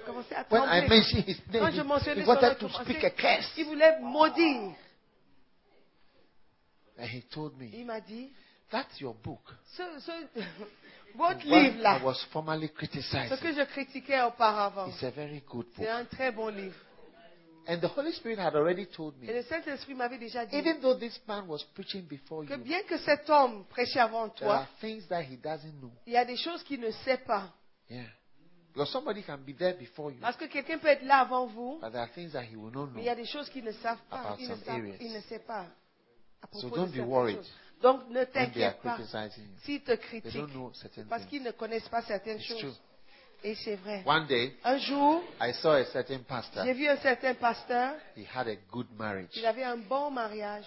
[SPEAKER 5] Il commençait à
[SPEAKER 2] When I
[SPEAKER 5] trembler.
[SPEAKER 2] mentioned his
[SPEAKER 5] Quand
[SPEAKER 2] name,
[SPEAKER 5] je
[SPEAKER 2] he,
[SPEAKER 5] mentionnais
[SPEAKER 2] he
[SPEAKER 5] son nom,
[SPEAKER 2] wanted
[SPEAKER 5] il
[SPEAKER 2] to speak
[SPEAKER 5] commençait-
[SPEAKER 2] a curse.
[SPEAKER 5] il voulait maudire.
[SPEAKER 2] And he told me,
[SPEAKER 5] Il m'a dit,
[SPEAKER 2] that's your book.
[SPEAKER 5] ce, [LAUGHS] ce- votre
[SPEAKER 2] One
[SPEAKER 5] livre là,
[SPEAKER 2] I was formally
[SPEAKER 5] ce
[SPEAKER 2] criticized.
[SPEAKER 5] que je critiquais auparavant,
[SPEAKER 2] It's a very good book.
[SPEAKER 5] c'est un très bon livre.
[SPEAKER 2] And the Holy Spirit had already told
[SPEAKER 5] Et
[SPEAKER 2] me,
[SPEAKER 5] le Saint-Esprit m'avait déjà dit
[SPEAKER 2] even though this man was preaching before
[SPEAKER 5] que
[SPEAKER 2] you,
[SPEAKER 5] bien que cet homme prêchait avant
[SPEAKER 2] there
[SPEAKER 5] toi,
[SPEAKER 2] are things that he doesn't know.
[SPEAKER 5] il y a des choses qu'il ne sait pas.
[SPEAKER 2] Yeah. Because somebody can be there before you,
[SPEAKER 5] Parce que quelqu'un peut être là avant vous,
[SPEAKER 2] but there are things that he will not
[SPEAKER 5] mais il y a
[SPEAKER 2] know.
[SPEAKER 5] des choses qu'il ne savent pas.
[SPEAKER 2] About
[SPEAKER 5] Il ne,
[SPEAKER 2] some
[SPEAKER 5] savent-
[SPEAKER 2] areas.
[SPEAKER 5] il ne sait pas. À propos de
[SPEAKER 2] don't be
[SPEAKER 5] certaines
[SPEAKER 2] worried
[SPEAKER 5] choses. Donc
[SPEAKER 2] When
[SPEAKER 5] ne
[SPEAKER 2] they are
[SPEAKER 5] t'inquiète pas
[SPEAKER 2] criticizing you,
[SPEAKER 5] s'ils te
[SPEAKER 2] they don't know
[SPEAKER 5] critiquent.
[SPEAKER 2] certain
[SPEAKER 5] Parce
[SPEAKER 2] things.
[SPEAKER 5] qu'ils ne connaissent pas certaines
[SPEAKER 2] It's true.
[SPEAKER 5] choses. Et c'est vrai.
[SPEAKER 2] One day,
[SPEAKER 5] Un jour,
[SPEAKER 2] I saw a certain
[SPEAKER 5] j'ai
[SPEAKER 2] pastor.
[SPEAKER 5] vu un certain pasteur,
[SPEAKER 2] He had a good marriage.
[SPEAKER 5] il avait un bon mariage.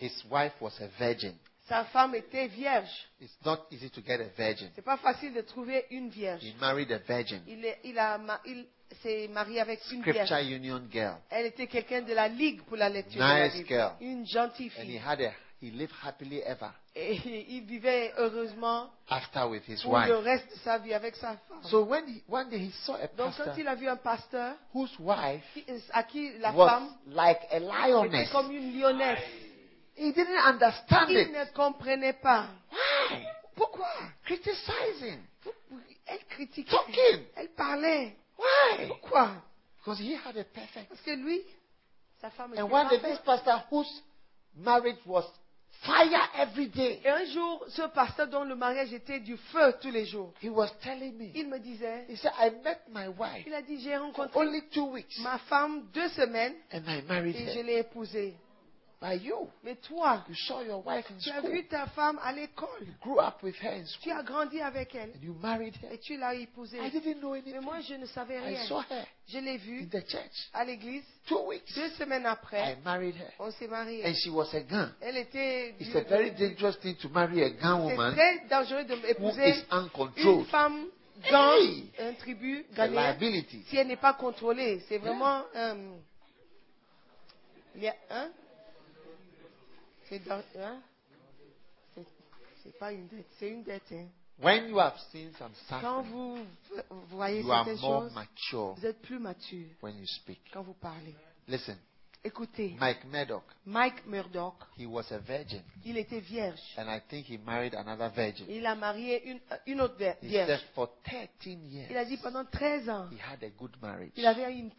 [SPEAKER 2] His wife was a virgin.
[SPEAKER 5] Sa femme était vierge.
[SPEAKER 2] It's not easy to get a virgin.
[SPEAKER 5] C'est pas facile de trouver une vierge.
[SPEAKER 2] He married a virgin,
[SPEAKER 5] Il, est- il a ma- il s'est marié avec une
[SPEAKER 2] scripture
[SPEAKER 5] vierge.
[SPEAKER 2] union girl.
[SPEAKER 5] Elle était quelqu'un de la ligue pour la lecture
[SPEAKER 2] Nice
[SPEAKER 5] de la
[SPEAKER 2] girl.
[SPEAKER 5] Bible. Une gentille
[SPEAKER 2] And he
[SPEAKER 5] fille.
[SPEAKER 2] had a he lived happily ever
[SPEAKER 5] Et [LAUGHS] il vivait heureusement
[SPEAKER 2] after with his
[SPEAKER 5] pour
[SPEAKER 2] wife.
[SPEAKER 5] le reste de sa vie avec sa femme.
[SPEAKER 2] So when he, one day he saw a
[SPEAKER 5] Donc quand
[SPEAKER 2] pastor
[SPEAKER 5] il a vu un pasteur
[SPEAKER 2] whose wife
[SPEAKER 5] qui- à qui la
[SPEAKER 2] was
[SPEAKER 5] femme
[SPEAKER 2] like a
[SPEAKER 5] était
[SPEAKER 2] lioness.
[SPEAKER 5] comme une lionesse,
[SPEAKER 2] He didn't understand
[SPEAKER 5] il
[SPEAKER 2] it.
[SPEAKER 5] ne comprenait pas.
[SPEAKER 2] Why?
[SPEAKER 5] Pourquoi
[SPEAKER 2] Criticizing.
[SPEAKER 5] Elle critiquait.
[SPEAKER 2] Talking.
[SPEAKER 5] Elle parlait.
[SPEAKER 2] Why?
[SPEAKER 5] Pourquoi
[SPEAKER 2] Because he had a perfect.
[SPEAKER 5] Parce que lui, sa femme était
[SPEAKER 2] And one day this
[SPEAKER 5] parfaite.
[SPEAKER 2] pastor whose marriage was fire every day,
[SPEAKER 5] Et un jour, ce pasteur dont le mariage était du feu tous les jours,
[SPEAKER 2] he was telling me.
[SPEAKER 5] il me disait,
[SPEAKER 2] He said, I met my wife
[SPEAKER 5] il a dit, j'ai
[SPEAKER 2] for
[SPEAKER 5] rencontré
[SPEAKER 2] only two weeks
[SPEAKER 5] ma femme deux semaines
[SPEAKER 2] and I married
[SPEAKER 5] et je
[SPEAKER 2] her.
[SPEAKER 5] l'ai épousée.
[SPEAKER 2] By you.
[SPEAKER 5] Mais toi,
[SPEAKER 2] You saw your wife in
[SPEAKER 5] tu as
[SPEAKER 2] school.
[SPEAKER 5] vu ta femme à l'école.
[SPEAKER 2] You grew up with her in
[SPEAKER 5] Tu
[SPEAKER 2] school
[SPEAKER 5] as grandi avec elle
[SPEAKER 2] and you married her.
[SPEAKER 5] et tu l'as épousée.
[SPEAKER 2] I didn't know
[SPEAKER 5] Mais
[SPEAKER 2] anything.
[SPEAKER 5] moi, je ne savais
[SPEAKER 2] I
[SPEAKER 5] rien.
[SPEAKER 2] saw her
[SPEAKER 5] Je l'ai
[SPEAKER 2] in
[SPEAKER 5] vue
[SPEAKER 2] the church.
[SPEAKER 5] à l'église.
[SPEAKER 2] Two weeks.
[SPEAKER 5] Deux semaines
[SPEAKER 2] I
[SPEAKER 5] après,
[SPEAKER 2] married her.
[SPEAKER 5] on s'est
[SPEAKER 2] And
[SPEAKER 5] mariés.
[SPEAKER 2] she was a gun.
[SPEAKER 5] Elle était.
[SPEAKER 2] It's
[SPEAKER 5] du-
[SPEAKER 2] a very dangerous thing to marry a gun
[SPEAKER 5] C'est
[SPEAKER 2] woman
[SPEAKER 5] très dangereux
[SPEAKER 2] who
[SPEAKER 5] d'épouser
[SPEAKER 2] is
[SPEAKER 5] une
[SPEAKER 2] uncontrolled.
[SPEAKER 5] femme dans
[SPEAKER 2] Hey!
[SPEAKER 5] un tribu
[SPEAKER 2] The
[SPEAKER 5] ghanéen
[SPEAKER 2] liability.
[SPEAKER 5] si elle n'est pas contrôlée. C'est vraiment. euh, il y a- hein? C'est dans- hein? C'est- c'est pas une dette, c'est une dette. hein.
[SPEAKER 2] When you have seen some
[SPEAKER 5] Quand
[SPEAKER 2] suffering,
[SPEAKER 5] vous v- voyez
[SPEAKER 2] you are
[SPEAKER 5] certaines
[SPEAKER 2] more
[SPEAKER 5] choses,
[SPEAKER 2] mature
[SPEAKER 5] vous êtes plus mature
[SPEAKER 2] when you speak.
[SPEAKER 5] quand vous parlez.
[SPEAKER 2] Listen,
[SPEAKER 5] Écoutez,
[SPEAKER 2] Mike Medoc,
[SPEAKER 5] Mike Murdoch,
[SPEAKER 2] he was a virgin,
[SPEAKER 5] il était vierge.
[SPEAKER 2] and I think he married another virgin.
[SPEAKER 5] Il a marié une, euh, une autre vi-
[SPEAKER 2] He said
[SPEAKER 5] vierge.
[SPEAKER 2] for 13
[SPEAKER 5] Il a
[SPEAKER 2] years,
[SPEAKER 5] dit pendant 13 ans,
[SPEAKER 2] he had a good marriage.
[SPEAKER 5] il avait une-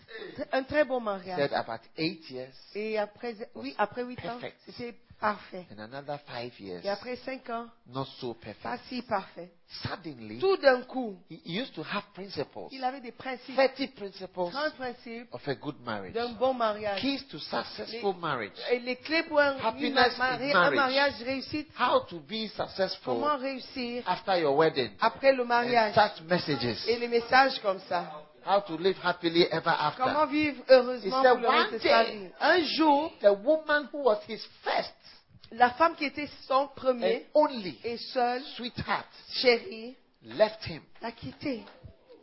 [SPEAKER 5] un très bon
[SPEAKER 2] said
[SPEAKER 5] mariage.
[SPEAKER 2] about 8 years,
[SPEAKER 5] Et après, oui, après 8 ans,
[SPEAKER 2] Perfect.
[SPEAKER 5] c'était Parfait.
[SPEAKER 2] and another five years,
[SPEAKER 5] Et après cinq ans,
[SPEAKER 2] not so
[SPEAKER 5] pas
[SPEAKER 2] perfect.
[SPEAKER 5] si parfait.
[SPEAKER 2] Suddenly,
[SPEAKER 5] Tout d'un coup,
[SPEAKER 2] he he used to have principles,
[SPEAKER 5] il avait des principes,
[SPEAKER 2] 30 principles
[SPEAKER 5] 30 principes
[SPEAKER 2] of a good marriage,
[SPEAKER 5] d'un bon mariage.
[SPEAKER 2] keys to successful marriage,
[SPEAKER 5] Et les clés pour un, une
[SPEAKER 2] Happiness in
[SPEAKER 5] mari- un
[SPEAKER 2] marriage.
[SPEAKER 5] mariage réussite,
[SPEAKER 2] how to be
[SPEAKER 5] comment
[SPEAKER 2] successful
[SPEAKER 5] réussir
[SPEAKER 2] after your wedding,
[SPEAKER 5] après le
[SPEAKER 2] and
[SPEAKER 5] mariage
[SPEAKER 2] such messages,
[SPEAKER 5] et les messages comme ça.
[SPEAKER 2] how to live happily ever
[SPEAKER 5] Comment
[SPEAKER 2] after.
[SPEAKER 5] vivre
[SPEAKER 2] He
[SPEAKER 5] heureusement
[SPEAKER 2] said
[SPEAKER 5] pour le
[SPEAKER 2] one
[SPEAKER 5] reste de sa vie.
[SPEAKER 2] day,
[SPEAKER 5] Un jour,
[SPEAKER 2] the woman who was his first
[SPEAKER 5] la femme qui était son
[SPEAKER 2] and
[SPEAKER 5] premier
[SPEAKER 2] only
[SPEAKER 5] et seule,
[SPEAKER 2] sweetheart
[SPEAKER 5] chérie,
[SPEAKER 2] left him
[SPEAKER 5] l'a quitté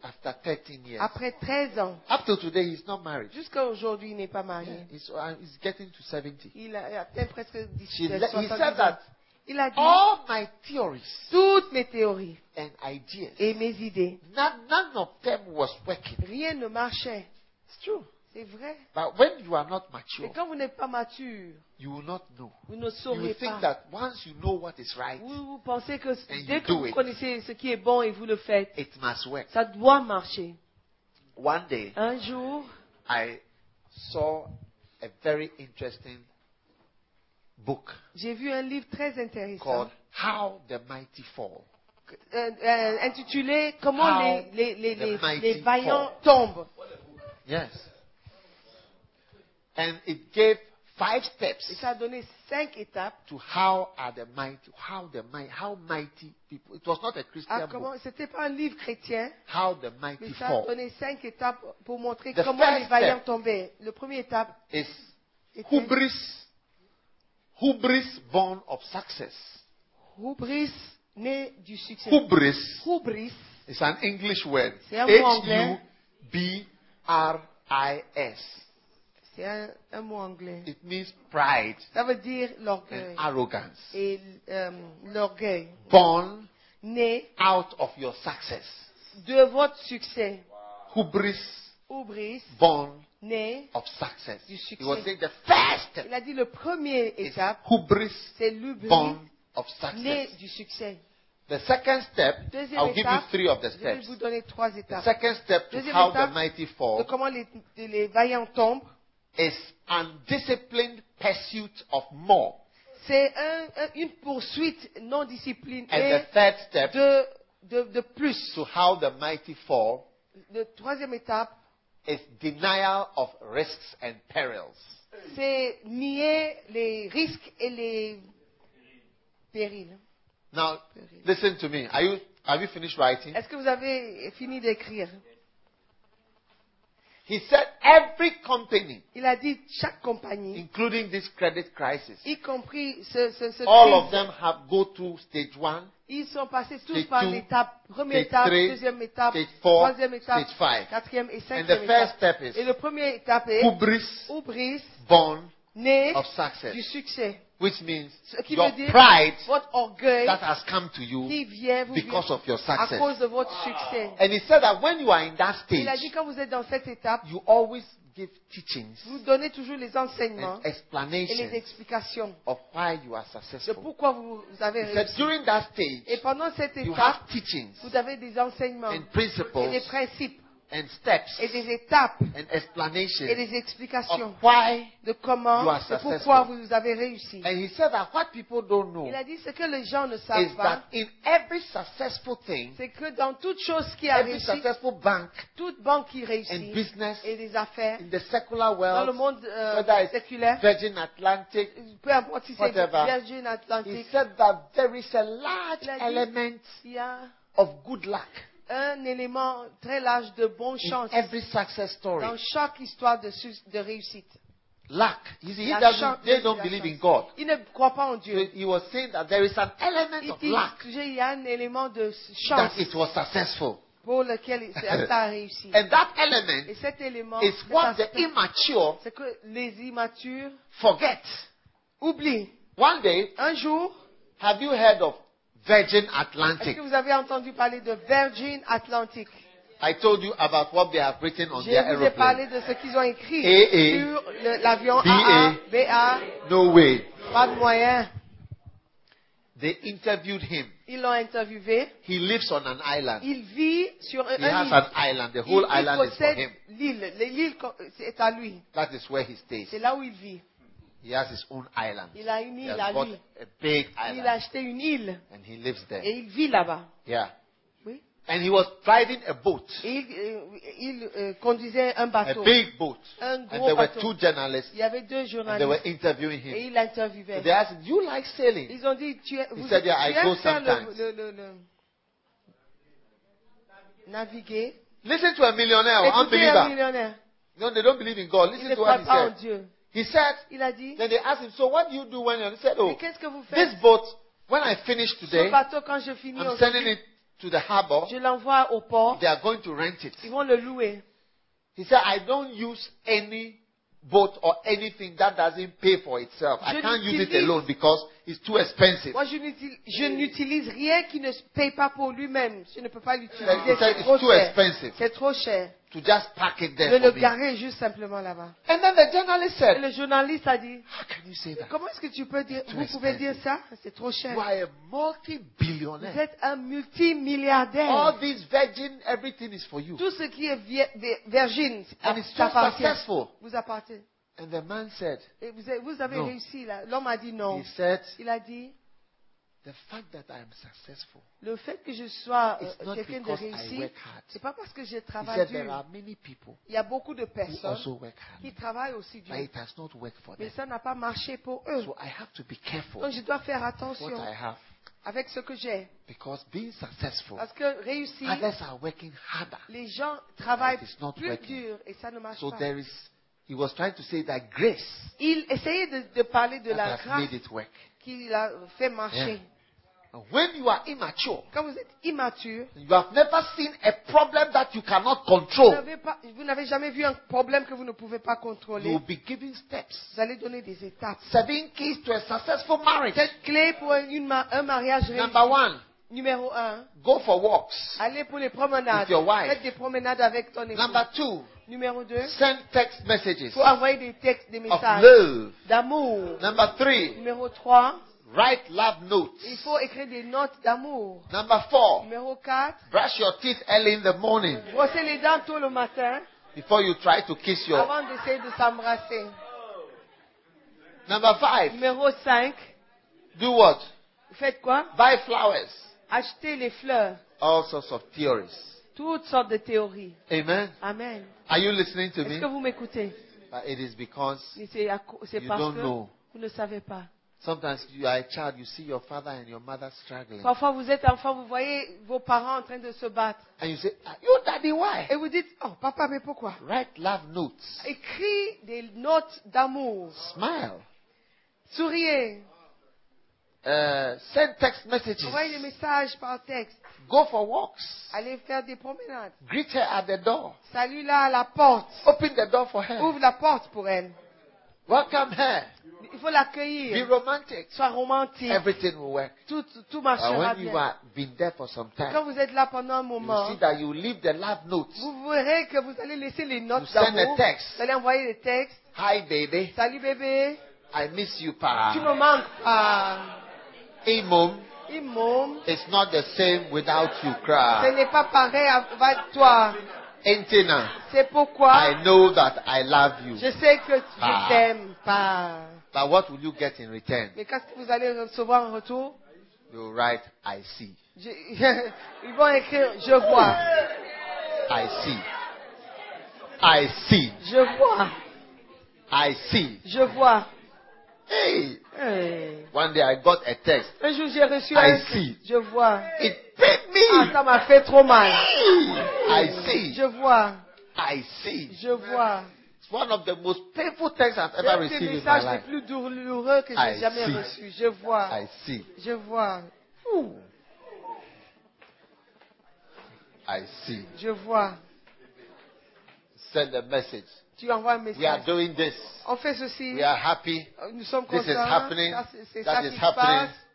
[SPEAKER 2] after 13 years.
[SPEAKER 5] après 13 ans.
[SPEAKER 2] Up till today, he's not married.
[SPEAKER 5] Jusqu'à aujourd'hui, il n'est pas marié.
[SPEAKER 2] He's, uh, he's getting to 70.
[SPEAKER 5] Il a atteint presque 10
[SPEAKER 2] She le- he
[SPEAKER 5] 70
[SPEAKER 2] said
[SPEAKER 5] ans.
[SPEAKER 2] that
[SPEAKER 5] Il a dit
[SPEAKER 2] all my theories
[SPEAKER 5] toutes mes théories
[SPEAKER 2] and ideas,
[SPEAKER 5] et mes idées.
[SPEAKER 2] none, none of them was working.
[SPEAKER 5] Rien ne marchait.
[SPEAKER 2] It's true.
[SPEAKER 5] C'est vrai.
[SPEAKER 2] But when you are not
[SPEAKER 5] Mais
[SPEAKER 2] mature,
[SPEAKER 5] quand vous n'êtes pas mature,
[SPEAKER 2] you will not know.
[SPEAKER 5] vous
[SPEAKER 2] You
[SPEAKER 5] ne
[SPEAKER 2] will
[SPEAKER 5] saurez
[SPEAKER 2] think
[SPEAKER 5] pas.
[SPEAKER 2] that once you know what is right,
[SPEAKER 5] Vous, vous pensez que c-
[SPEAKER 2] And you
[SPEAKER 5] dès que
[SPEAKER 2] do
[SPEAKER 5] vous
[SPEAKER 2] it.
[SPEAKER 5] connaissez ce qui est bon et vous le faites,
[SPEAKER 2] it must work.
[SPEAKER 5] ça doit marcher.
[SPEAKER 2] One day,
[SPEAKER 5] Un jour,
[SPEAKER 2] I saw a very interesting book
[SPEAKER 5] j'ai vu un livre très intéressant
[SPEAKER 2] called How the Mighty Fall.
[SPEAKER 5] euh, euh, intitulé Comment
[SPEAKER 2] How
[SPEAKER 5] les, les, les,
[SPEAKER 2] the
[SPEAKER 5] les-
[SPEAKER 2] mighty
[SPEAKER 5] les vaillants
[SPEAKER 2] fall.
[SPEAKER 5] tombent.
[SPEAKER 2] Yes. And it gave five steps
[SPEAKER 5] Et ça a donné cinq étapes.
[SPEAKER 2] to how are the mighty, how the mighty, how mighty people. It was not a Christian
[SPEAKER 5] à
[SPEAKER 2] book.
[SPEAKER 5] Ah, comment- C'était pas un livre chrétien,
[SPEAKER 2] How the
[SPEAKER 5] mais
[SPEAKER 2] mighty
[SPEAKER 5] ça a
[SPEAKER 2] fall
[SPEAKER 5] donné cinq étapes pour montrer
[SPEAKER 2] The
[SPEAKER 5] comment les
[SPEAKER 2] first
[SPEAKER 5] vaillants
[SPEAKER 2] step.
[SPEAKER 5] tombaient. Le premier étape
[SPEAKER 2] is
[SPEAKER 5] était
[SPEAKER 2] hubris, hubris born of success.
[SPEAKER 5] hubris, né du succès.
[SPEAKER 2] Hubris
[SPEAKER 5] Hubris,
[SPEAKER 2] is an English word.
[SPEAKER 5] C'est un mot
[SPEAKER 2] H U
[SPEAKER 5] anglais.
[SPEAKER 2] B R I S.
[SPEAKER 5] c'est un, un mot anglais.
[SPEAKER 2] It means pride
[SPEAKER 5] Ça veut dire l'orgueil.
[SPEAKER 2] and arrogance.
[SPEAKER 5] Et euh, l'orgueil,
[SPEAKER 2] Born
[SPEAKER 5] né
[SPEAKER 2] out of your success.
[SPEAKER 5] de votre succès.
[SPEAKER 2] Hubris
[SPEAKER 5] Hubris,
[SPEAKER 2] born
[SPEAKER 5] né.
[SPEAKER 2] of success.
[SPEAKER 5] Du
[SPEAKER 2] He was
[SPEAKER 5] succès.
[SPEAKER 2] saying the first step
[SPEAKER 5] Il a dit le premier
[SPEAKER 2] is
[SPEAKER 5] étape,
[SPEAKER 2] hubris
[SPEAKER 5] c'est l'hubris,
[SPEAKER 2] born of
[SPEAKER 5] né
[SPEAKER 2] success.
[SPEAKER 5] du succès.
[SPEAKER 2] The second step,
[SPEAKER 5] Deuxième
[SPEAKER 2] I'll give you
[SPEAKER 5] étape,
[SPEAKER 2] three of the
[SPEAKER 5] je vais
[SPEAKER 2] steps.
[SPEAKER 5] vous donner trois
[SPEAKER 2] The
[SPEAKER 5] étapes.
[SPEAKER 2] second step to
[SPEAKER 5] Deuxième
[SPEAKER 2] how
[SPEAKER 5] étape
[SPEAKER 2] the mighty
[SPEAKER 5] de
[SPEAKER 2] fall
[SPEAKER 5] comment les, les vaillants tombent,
[SPEAKER 2] is undisciplined pursuit of more.
[SPEAKER 5] c'est un- un- une poursuite non disciplinée
[SPEAKER 2] And the third step
[SPEAKER 5] de, de, de plus.
[SPEAKER 2] to how the mighty fall
[SPEAKER 5] La troisième étape,
[SPEAKER 2] is denial of risks and perils.
[SPEAKER 5] c'est nier les risques et les périls.
[SPEAKER 2] Now, listen to me. Are you, have you finished writing?
[SPEAKER 5] Est-ce que vous avez fini d'écrire
[SPEAKER 2] He said every company,
[SPEAKER 5] Il a dit chaque compagnie,
[SPEAKER 2] including this credit crisis,
[SPEAKER 5] y compris ce, ce, ce
[SPEAKER 2] all
[SPEAKER 5] crise,
[SPEAKER 2] of them have go through stage one,
[SPEAKER 5] ils sont passés tous
[SPEAKER 2] Stage
[SPEAKER 5] par
[SPEAKER 2] two,
[SPEAKER 5] l'étape,
[SPEAKER 2] stage
[SPEAKER 5] première étape,
[SPEAKER 2] three,
[SPEAKER 5] deuxième étape,
[SPEAKER 2] stage four,
[SPEAKER 5] troisième étape,
[SPEAKER 2] stage five.
[SPEAKER 5] quatrième et
[SPEAKER 2] and
[SPEAKER 5] cinquième
[SPEAKER 2] the first step
[SPEAKER 5] étape.
[SPEAKER 2] is
[SPEAKER 5] Et le premier étape est
[SPEAKER 2] hubris
[SPEAKER 5] hubris,
[SPEAKER 2] born
[SPEAKER 5] né
[SPEAKER 2] of success,
[SPEAKER 5] du succès.
[SPEAKER 2] which means
[SPEAKER 5] Ce qui
[SPEAKER 2] your
[SPEAKER 5] veut dire
[SPEAKER 2] pride
[SPEAKER 5] votre orgueil
[SPEAKER 2] that has come to you
[SPEAKER 5] qui vient vous
[SPEAKER 2] because
[SPEAKER 5] vient
[SPEAKER 2] of your
[SPEAKER 5] à
[SPEAKER 2] success.
[SPEAKER 5] cause de votre succès.
[SPEAKER 2] And he said that when you are in that
[SPEAKER 5] Il a dit
[SPEAKER 2] stage,
[SPEAKER 5] quand vous êtes dans cette étape,
[SPEAKER 2] you always give teachings
[SPEAKER 5] vous donnez toujours les enseignements
[SPEAKER 2] and
[SPEAKER 5] et
[SPEAKER 2] explanations
[SPEAKER 5] les explications
[SPEAKER 2] of why you are
[SPEAKER 5] de
[SPEAKER 2] successful.
[SPEAKER 5] pourquoi vous, vous avez
[SPEAKER 2] He said
[SPEAKER 5] réussi.
[SPEAKER 2] during that stage,
[SPEAKER 5] Et pendant cette
[SPEAKER 2] you
[SPEAKER 5] étape,
[SPEAKER 2] have teachings
[SPEAKER 5] vous avez des enseignements
[SPEAKER 2] and
[SPEAKER 5] et des
[SPEAKER 2] principles
[SPEAKER 5] principes
[SPEAKER 2] and steps
[SPEAKER 5] et des étapes
[SPEAKER 2] and
[SPEAKER 5] et
[SPEAKER 2] explanations
[SPEAKER 5] des
[SPEAKER 2] of
[SPEAKER 5] explications
[SPEAKER 2] why.
[SPEAKER 5] de
[SPEAKER 2] You
[SPEAKER 5] comment
[SPEAKER 2] are
[SPEAKER 5] et pourquoi
[SPEAKER 2] successful.
[SPEAKER 5] vous avez réussi.
[SPEAKER 2] And he said that what people don't know
[SPEAKER 5] Il a dit ce que les gens ne savent
[SPEAKER 2] is that
[SPEAKER 5] pas,
[SPEAKER 2] in every successful thing,
[SPEAKER 5] c'est que dans toute chose qui a
[SPEAKER 2] every
[SPEAKER 5] réussi,
[SPEAKER 2] successful bank
[SPEAKER 5] toute banque qui
[SPEAKER 2] and
[SPEAKER 5] réussit
[SPEAKER 2] business
[SPEAKER 5] et des affaires
[SPEAKER 2] in the secular
[SPEAKER 5] dans le
[SPEAKER 2] world,
[SPEAKER 5] monde euh,
[SPEAKER 2] whether
[SPEAKER 5] séculaire,
[SPEAKER 2] it's Virgin Atlantic,
[SPEAKER 5] peu importe si c'est
[SPEAKER 2] whatever.
[SPEAKER 5] Virgin
[SPEAKER 2] he
[SPEAKER 5] Atlantic,
[SPEAKER 2] said that there is a large
[SPEAKER 5] Il a dit-
[SPEAKER 2] element
[SPEAKER 5] il y a
[SPEAKER 2] of good luck
[SPEAKER 5] un élément très large de bonne
[SPEAKER 2] in
[SPEAKER 5] chance
[SPEAKER 2] every success story.
[SPEAKER 5] dans chaque histoire de, su- de réussite.
[SPEAKER 2] Luck. You see, he
[SPEAKER 5] La chance-
[SPEAKER 2] doesn't, they
[SPEAKER 5] la
[SPEAKER 2] don't believe in God.
[SPEAKER 5] chance. Ils ne croient pas en
[SPEAKER 2] So
[SPEAKER 5] Dieu.
[SPEAKER 2] he was saying that there is an element
[SPEAKER 5] Ils
[SPEAKER 2] of
[SPEAKER 5] disent
[SPEAKER 2] luck
[SPEAKER 5] que j'ai- il y a un élement de chance
[SPEAKER 2] that it was successful.
[SPEAKER 5] pour lequel ça ça
[SPEAKER 2] [LAUGHS]
[SPEAKER 5] a réussi.
[SPEAKER 2] And that
[SPEAKER 5] Et
[SPEAKER 2] element
[SPEAKER 5] cet élément,
[SPEAKER 2] is
[SPEAKER 5] cet
[SPEAKER 2] what the
[SPEAKER 5] aspect,
[SPEAKER 2] immature
[SPEAKER 5] c'est que les immatures
[SPEAKER 2] forget.
[SPEAKER 5] oublient.
[SPEAKER 2] One day,
[SPEAKER 5] Un jour,
[SPEAKER 2] have you heard of Virgin
[SPEAKER 5] est-ce
[SPEAKER 2] Atlantic?
[SPEAKER 5] que vous avez entendu parler de Virgin Atlantic
[SPEAKER 2] I told you about what they have written on
[SPEAKER 5] Je
[SPEAKER 2] their
[SPEAKER 5] vous ai parlé
[SPEAKER 2] aeroplane.
[SPEAKER 5] de ce qu'ils ont écrit
[SPEAKER 2] AA,
[SPEAKER 5] sur le- l'avion AA,
[SPEAKER 2] BA,
[SPEAKER 5] BA,
[SPEAKER 2] No way.
[SPEAKER 5] pas de moyens.
[SPEAKER 2] They interviewed him.
[SPEAKER 5] Ils l'ont interviewé.
[SPEAKER 2] He lives on an island.
[SPEAKER 5] Il vit sur un,
[SPEAKER 2] He
[SPEAKER 5] un
[SPEAKER 2] has
[SPEAKER 5] île.
[SPEAKER 2] an island. The
[SPEAKER 5] Il-
[SPEAKER 2] whole
[SPEAKER 5] il
[SPEAKER 2] island is for
[SPEAKER 5] possède
[SPEAKER 2] him.
[SPEAKER 5] l'île. L'île, co- c'est à lui.
[SPEAKER 2] That is where he stays.
[SPEAKER 5] C'est là où il vit.
[SPEAKER 2] He has his own island.
[SPEAKER 5] Il a une
[SPEAKER 2] He
[SPEAKER 5] île
[SPEAKER 2] has
[SPEAKER 5] à
[SPEAKER 2] bought
[SPEAKER 5] lui.
[SPEAKER 2] a big
[SPEAKER 5] Il a
[SPEAKER 2] island.
[SPEAKER 5] acheté une île
[SPEAKER 2] And he lives there.
[SPEAKER 5] et il vit là-bas.
[SPEAKER 2] Yeah.
[SPEAKER 5] Oui.
[SPEAKER 2] And he was driving a boat.
[SPEAKER 5] Et il, euh, il, euh, conduisait un
[SPEAKER 2] A
[SPEAKER 5] bateau.
[SPEAKER 2] big boat.
[SPEAKER 5] Un
[SPEAKER 2] And
[SPEAKER 5] gros
[SPEAKER 2] there were
[SPEAKER 5] bateau.
[SPEAKER 2] two journalists.
[SPEAKER 5] Il y avait deux
[SPEAKER 2] And they were
[SPEAKER 5] journalistes
[SPEAKER 2] interviewing
[SPEAKER 5] et
[SPEAKER 2] him.
[SPEAKER 5] il
[SPEAKER 2] So
[SPEAKER 5] l'interviewait.
[SPEAKER 2] they asked him, Do you like sailing?
[SPEAKER 5] Ils ont dit, tu, es- vous,
[SPEAKER 2] said, "Yeah,
[SPEAKER 5] tu
[SPEAKER 2] I go
[SPEAKER 5] aimes faire le,
[SPEAKER 2] sometimes."
[SPEAKER 5] le- le- le- naviguer.
[SPEAKER 2] Listen to a millionaire or
[SPEAKER 5] Écoutez un
[SPEAKER 2] Oh, unbeliever.
[SPEAKER 5] millionnaire.
[SPEAKER 2] No, they don't believe in God.
[SPEAKER 5] Il
[SPEAKER 2] Listen
[SPEAKER 5] ne
[SPEAKER 2] to what
[SPEAKER 5] croit
[SPEAKER 2] he
[SPEAKER 5] pas en
[SPEAKER 2] said.
[SPEAKER 5] Dieu.
[SPEAKER 2] He said,
[SPEAKER 5] Il a dit,
[SPEAKER 2] Then they asked him, So what do you do when you're. He said, Oh,
[SPEAKER 5] mais qu'est-ce que vous faites
[SPEAKER 2] this boat, when I finish
[SPEAKER 5] Ce
[SPEAKER 2] today,
[SPEAKER 5] bateau, quand je finis,
[SPEAKER 2] I'm
[SPEAKER 5] aujourd'hui,
[SPEAKER 2] sending it to the harbor.
[SPEAKER 5] je l'envoie au port.
[SPEAKER 2] They are going to rent it.
[SPEAKER 5] Ils vont le louer.
[SPEAKER 2] He said, I don't use any boat or anything that doesn't pay for itself. I
[SPEAKER 5] Je
[SPEAKER 2] can't use it
[SPEAKER 5] l'utilise.
[SPEAKER 2] alone because it's too expensive.
[SPEAKER 5] Moi, je n'util- je n'utilise rien qui ne se paye pas pour lui-même. Je ne peux pas
[SPEAKER 2] He
[SPEAKER 5] l'utiliser.
[SPEAKER 2] said,
[SPEAKER 5] C'est
[SPEAKER 2] it's
[SPEAKER 5] trop
[SPEAKER 2] too
[SPEAKER 5] cher.
[SPEAKER 2] expensive
[SPEAKER 5] C'est trop cher.
[SPEAKER 2] to just park it
[SPEAKER 5] Je
[SPEAKER 2] there
[SPEAKER 5] le
[SPEAKER 2] for me.
[SPEAKER 5] garer juste simplement là-bas.
[SPEAKER 2] And then the journalist
[SPEAKER 5] Et
[SPEAKER 2] said,
[SPEAKER 5] le journaliste a dit,
[SPEAKER 2] How can you say that?
[SPEAKER 5] comment est-ce que tu peux dire, vous pouvez dire ça C'est trop cher.
[SPEAKER 2] You are a
[SPEAKER 5] Vous
[SPEAKER 2] multi-billionaire.
[SPEAKER 5] êtes un multimilliardaire.
[SPEAKER 2] All this virgin, everything is for you.
[SPEAKER 5] Tout ce qui est vie- vi- virgin
[SPEAKER 2] And it's so
[SPEAKER 5] t'appartient.
[SPEAKER 2] successful.
[SPEAKER 5] Vous appartient.
[SPEAKER 2] And the man said,
[SPEAKER 5] Et vous, avez- vous avez
[SPEAKER 2] Non.
[SPEAKER 5] réussi là. L'homme a dit non.
[SPEAKER 2] he said,
[SPEAKER 5] Il a dit,
[SPEAKER 2] the fact that I am successful,
[SPEAKER 5] le fait que je sois euh,
[SPEAKER 2] It's not
[SPEAKER 5] quelqu'un de
[SPEAKER 2] because I
[SPEAKER 5] réussi,
[SPEAKER 2] work hard.
[SPEAKER 5] c'est pas parce que je
[SPEAKER 2] he
[SPEAKER 5] travaille
[SPEAKER 2] said,
[SPEAKER 5] dur.
[SPEAKER 2] there are many people
[SPEAKER 5] Il y a beaucoup de
[SPEAKER 2] who
[SPEAKER 5] personnes
[SPEAKER 2] also work hard,
[SPEAKER 5] qui travaillent aussi dur.
[SPEAKER 2] but it has not worked for
[SPEAKER 5] Mais
[SPEAKER 2] them.
[SPEAKER 5] ça n'a pas marché pour eux.
[SPEAKER 2] So I have to be careful
[SPEAKER 5] Donc je dois faire
[SPEAKER 2] what
[SPEAKER 5] attention
[SPEAKER 2] I have
[SPEAKER 5] avec ce que j'ai.
[SPEAKER 2] because being successful,
[SPEAKER 5] Parce que réussir,
[SPEAKER 2] others are working harder.
[SPEAKER 5] les gens travaillent
[SPEAKER 2] It is not
[SPEAKER 5] plus
[SPEAKER 2] working.
[SPEAKER 5] dur et ça ne marche
[SPEAKER 2] So
[SPEAKER 5] pas.
[SPEAKER 2] there is, he was trying to say that grace
[SPEAKER 5] Il essayait de, de parler de
[SPEAKER 2] that
[SPEAKER 5] la
[SPEAKER 2] has
[SPEAKER 5] grâce
[SPEAKER 2] made it work.
[SPEAKER 5] qu'il a fait marcher.
[SPEAKER 2] And when you are immature,
[SPEAKER 5] Quand vous êtes immature,
[SPEAKER 2] you have never seen a problem that you cannot
[SPEAKER 5] vous
[SPEAKER 2] control.
[SPEAKER 5] n'avez pas- vous n'avez jamais vu un problème que vous ne pouvez pas
[SPEAKER 2] You
[SPEAKER 5] contrôler.
[SPEAKER 2] will be giving steps.
[SPEAKER 5] Vous allez donner des étapes.
[SPEAKER 2] Seven keys to a successful marriage.
[SPEAKER 5] Cette clé pour une ma- un mariage réussi.
[SPEAKER 2] Number one,
[SPEAKER 5] Numéro un,
[SPEAKER 2] go for walks.
[SPEAKER 5] allez pour les promenades.
[SPEAKER 2] With your wife.
[SPEAKER 5] Faites des promenades avec ton époux.
[SPEAKER 2] Number two,
[SPEAKER 5] Numéro deux,
[SPEAKER 2] send text messages
[SPEAKER 5] faut envoyer des textes, des
[SPEAKER 2] of
[SPEAKER 5] messages
[SPEAKER 2] love.
[SPEAKER 5] d'amour.
[SPEAKER 2] Number three,
[SPEAKER 5] Numéro 3,
[SPEAKER 2] write love
[SPEAKER 5] il
[SPEAKER 2] notes.
[SPEAKER 5] faut écrire des notes d'amour.
[SPEAKER 2] Number four,
[SPEAKER 5] Numéro 4,
[SPEAKER 2] brush your teeth early in the morning
[SPEAKER 5] brosser les dents tôt le matin
[SPEAKER 2] before you try to kiss your.
[SPEAKER 5] avant d'essayer de s'embrasser.
[SPEAKER 2] Number five,
[SPEAKER 5] Numéro 5,
[SPEAKER 2] do what?
[SPEAKER 5] faites quoi
[SPEAKER 2] Buy flowers.
[SPEAKER 5] Achetez les fleurs.
[SPEAKER 2] All sorts of theories.
[SPEAKER 5] Toutes sortes de théories.
[SPEAKER 2] Amen.
[SPEAKER 5] Amen.
[SPEAKER 2] Are you listening to
[SPEAKER 5] Est-ce
[SPEAKER 2] me?
[SPEAKER 5] que vous m'écoutez
[SPEAKER 2] But it is because
[SPEAKER 5] Mais C'est à cau- c'est
[SPEAKER 2] You
[SPEAKER 5] parce
[SPEAKER 2] don't
[SPEAKER 5] que
[SPEAKER 2] know.
[SPEAKER 5] vous ne savez pas.
[SPEAKER 2] sometimes you are a child, you see your father and your mother struggling.
[SPEAKER 5] Parfois, vous êtes enfant, vous voyez vos parents en train de se battre.
[SPEAKER 2] And you say, "Ah, You daddy, why?
[SPEAKER 5] Et vous dites, oh papa, mais pourquoi
[SPEAKER 2] Write love notes.
[SPEAKER 5] Écris des notes d'amour.
[SPEAKER 2] Smile.
[SPEAKER 5] Souriez.
[SPEAKER 2] Uh, send text messages.
[SPEAKER 5] Envoyez des messages par texte.
[SPEAKER 2] Go for walks.
[SPEAKER 5] Allez faire des promenades.
[SPEAKER 2] Greet her at the door.
[SPEAKER 5] Salue-la à la porte.
[SPEAKER 2] Open the door for her.
[SPEAKER 5] Ouvre la porte pour elle.
[SPEAKER 2] Welcome her.
[SPEAKER 5] Il faut
[SPEAKER 2] Be
[SPEAKER 5] l'accueillir.
[SPEAKER 2] romantic.
[SPEAKER 5] Sois romantique.
[SPEAKER 2] Everything will work.
[SPEAKER 5] Tout, tout
[SPEAKER 2] But
[SPEAKER 5] marchera
[SPEAKER 2] when you
[SPEAKER 5] bien.
[SPEAKER 2] are been there for some time,
[SPEAKER 5] Quand vous êtes là pendant un
[SPEAKER 2] you
[SPEAKER 5] moment,
[SPEAKER 2] see that you leave the love notes.
[SPEAKER 5] vous verrez que vous allez laisser les
[SPEAKER 2] You
[SPEAKER 5] notes
[SPEAKER 2] send
[SPEAKER 5] d'amour.
[SPEAKER 2] a text.
[SPEAKER 5] Vous allez envoyer des textes.
[SPEAKER 2] Hi, baby.
[SPEAKER 5] Salut bébé.
[SPEAKER 2] I miss you,
[SPEAKER 5] Tu
[SPEAKER 2] pa.
[SPEAKER 5] me manques pas.
[SPEAKER 2] Hey, mom.
[SPEAKER 5] Il m'aime.
[SPEAKER 2] It's not the same without you,
[SPEAKER 5] Ce
[SPEAKER 2] cry.
[SPEAKER 5] n'est pas pareil avec toi.
[SPEAKER 2] Antina,
[SPEAKER 5] C'est pourquoi
[SPEAKER 2] I know that I love
[SPEAKER 5] je
[SPEAKER 2] you.
[SPEAKER 5] sais que
[SPEAKER 2] Ah.
[SPEAKER 5] je t'aime pas.
[SPEAKER 2] But what will you get in return?
[SPEAKER 5] Mais qu'est-ce que vous allez recevoir en retour
[SPEAKER 2] You write, I see.
[SPEAKER 5] Je- [LAUGHS] Ils vont écrire je vois,
[SPEAKER 2] I see. I see.
[SPEAKER 5] je vois,
[SPEAKER 2] I see.
[SPEAKER 5] je vois.
[SPEAKER 2] Hey. Ah,
[SPEAKER 5] Hey.
[SPEAKER 2] One day I got a text.
[SPEAKER 5] Un jour j'ai reçu
[SPEAKER 2] I
[SPEAKER 5] un
[SPEAKER 2] see.
[SPEAKER 5] je vois.
[SPEAKER 2] It paid me.
[SPEAKER 5] Ah, ça m'a fait trop mal.
[SPEAKER 2] I see.
[SPEAKER 5] Je vois,
[SPEAKER 2] I see.
[SPEAKER 5] je vois.
[SPEAKER 2] It's one of the most painful texts I've
[SPEAKER 5] C'est un
[SPEAKER 2] ever
[SPEAKER 5] des
[SPEAKER 2] received in my
[SPEAKER 5] messages les
[SPEAKER 2] life.
[SPEAKER 5] plus douloureux que
[SPEAKER 2] I
[SPEAKER 5] j'ai jamais
[SPEAKER 2] see.
[SPEAKER 5] reçus. Je vois,
[SPEAKER 2] I see.
[SPEAKER 5] je vois,
[SPEAKER 2] I see.
[SPEAKER 5] je vois.
[SPEAKER 2] Send a message.
[SPEAKER 5] Tu envoies un
[SPEAKER 2] We are
[SPEAKER 5] message.
[SPEAKER 2] doing this.
[SPEAKER 5] On fait ceci. Euh,
[SPEAKER 2] We are happy.
[SPEAKER 5] Nous sommes
[SPEAKER 2] This is
[SPEAKER 5] contents.
[SPEAKER 2] happening.
[SPEAKER 5] Ça, c'est- c'est
[SPEAKER 2] That
[SPEAKER 5] ça
[SPEAKER 2] is
[SPEAKER 5] qui se
[SPEAKER 2] happening.
[SPEAKER 5] passe.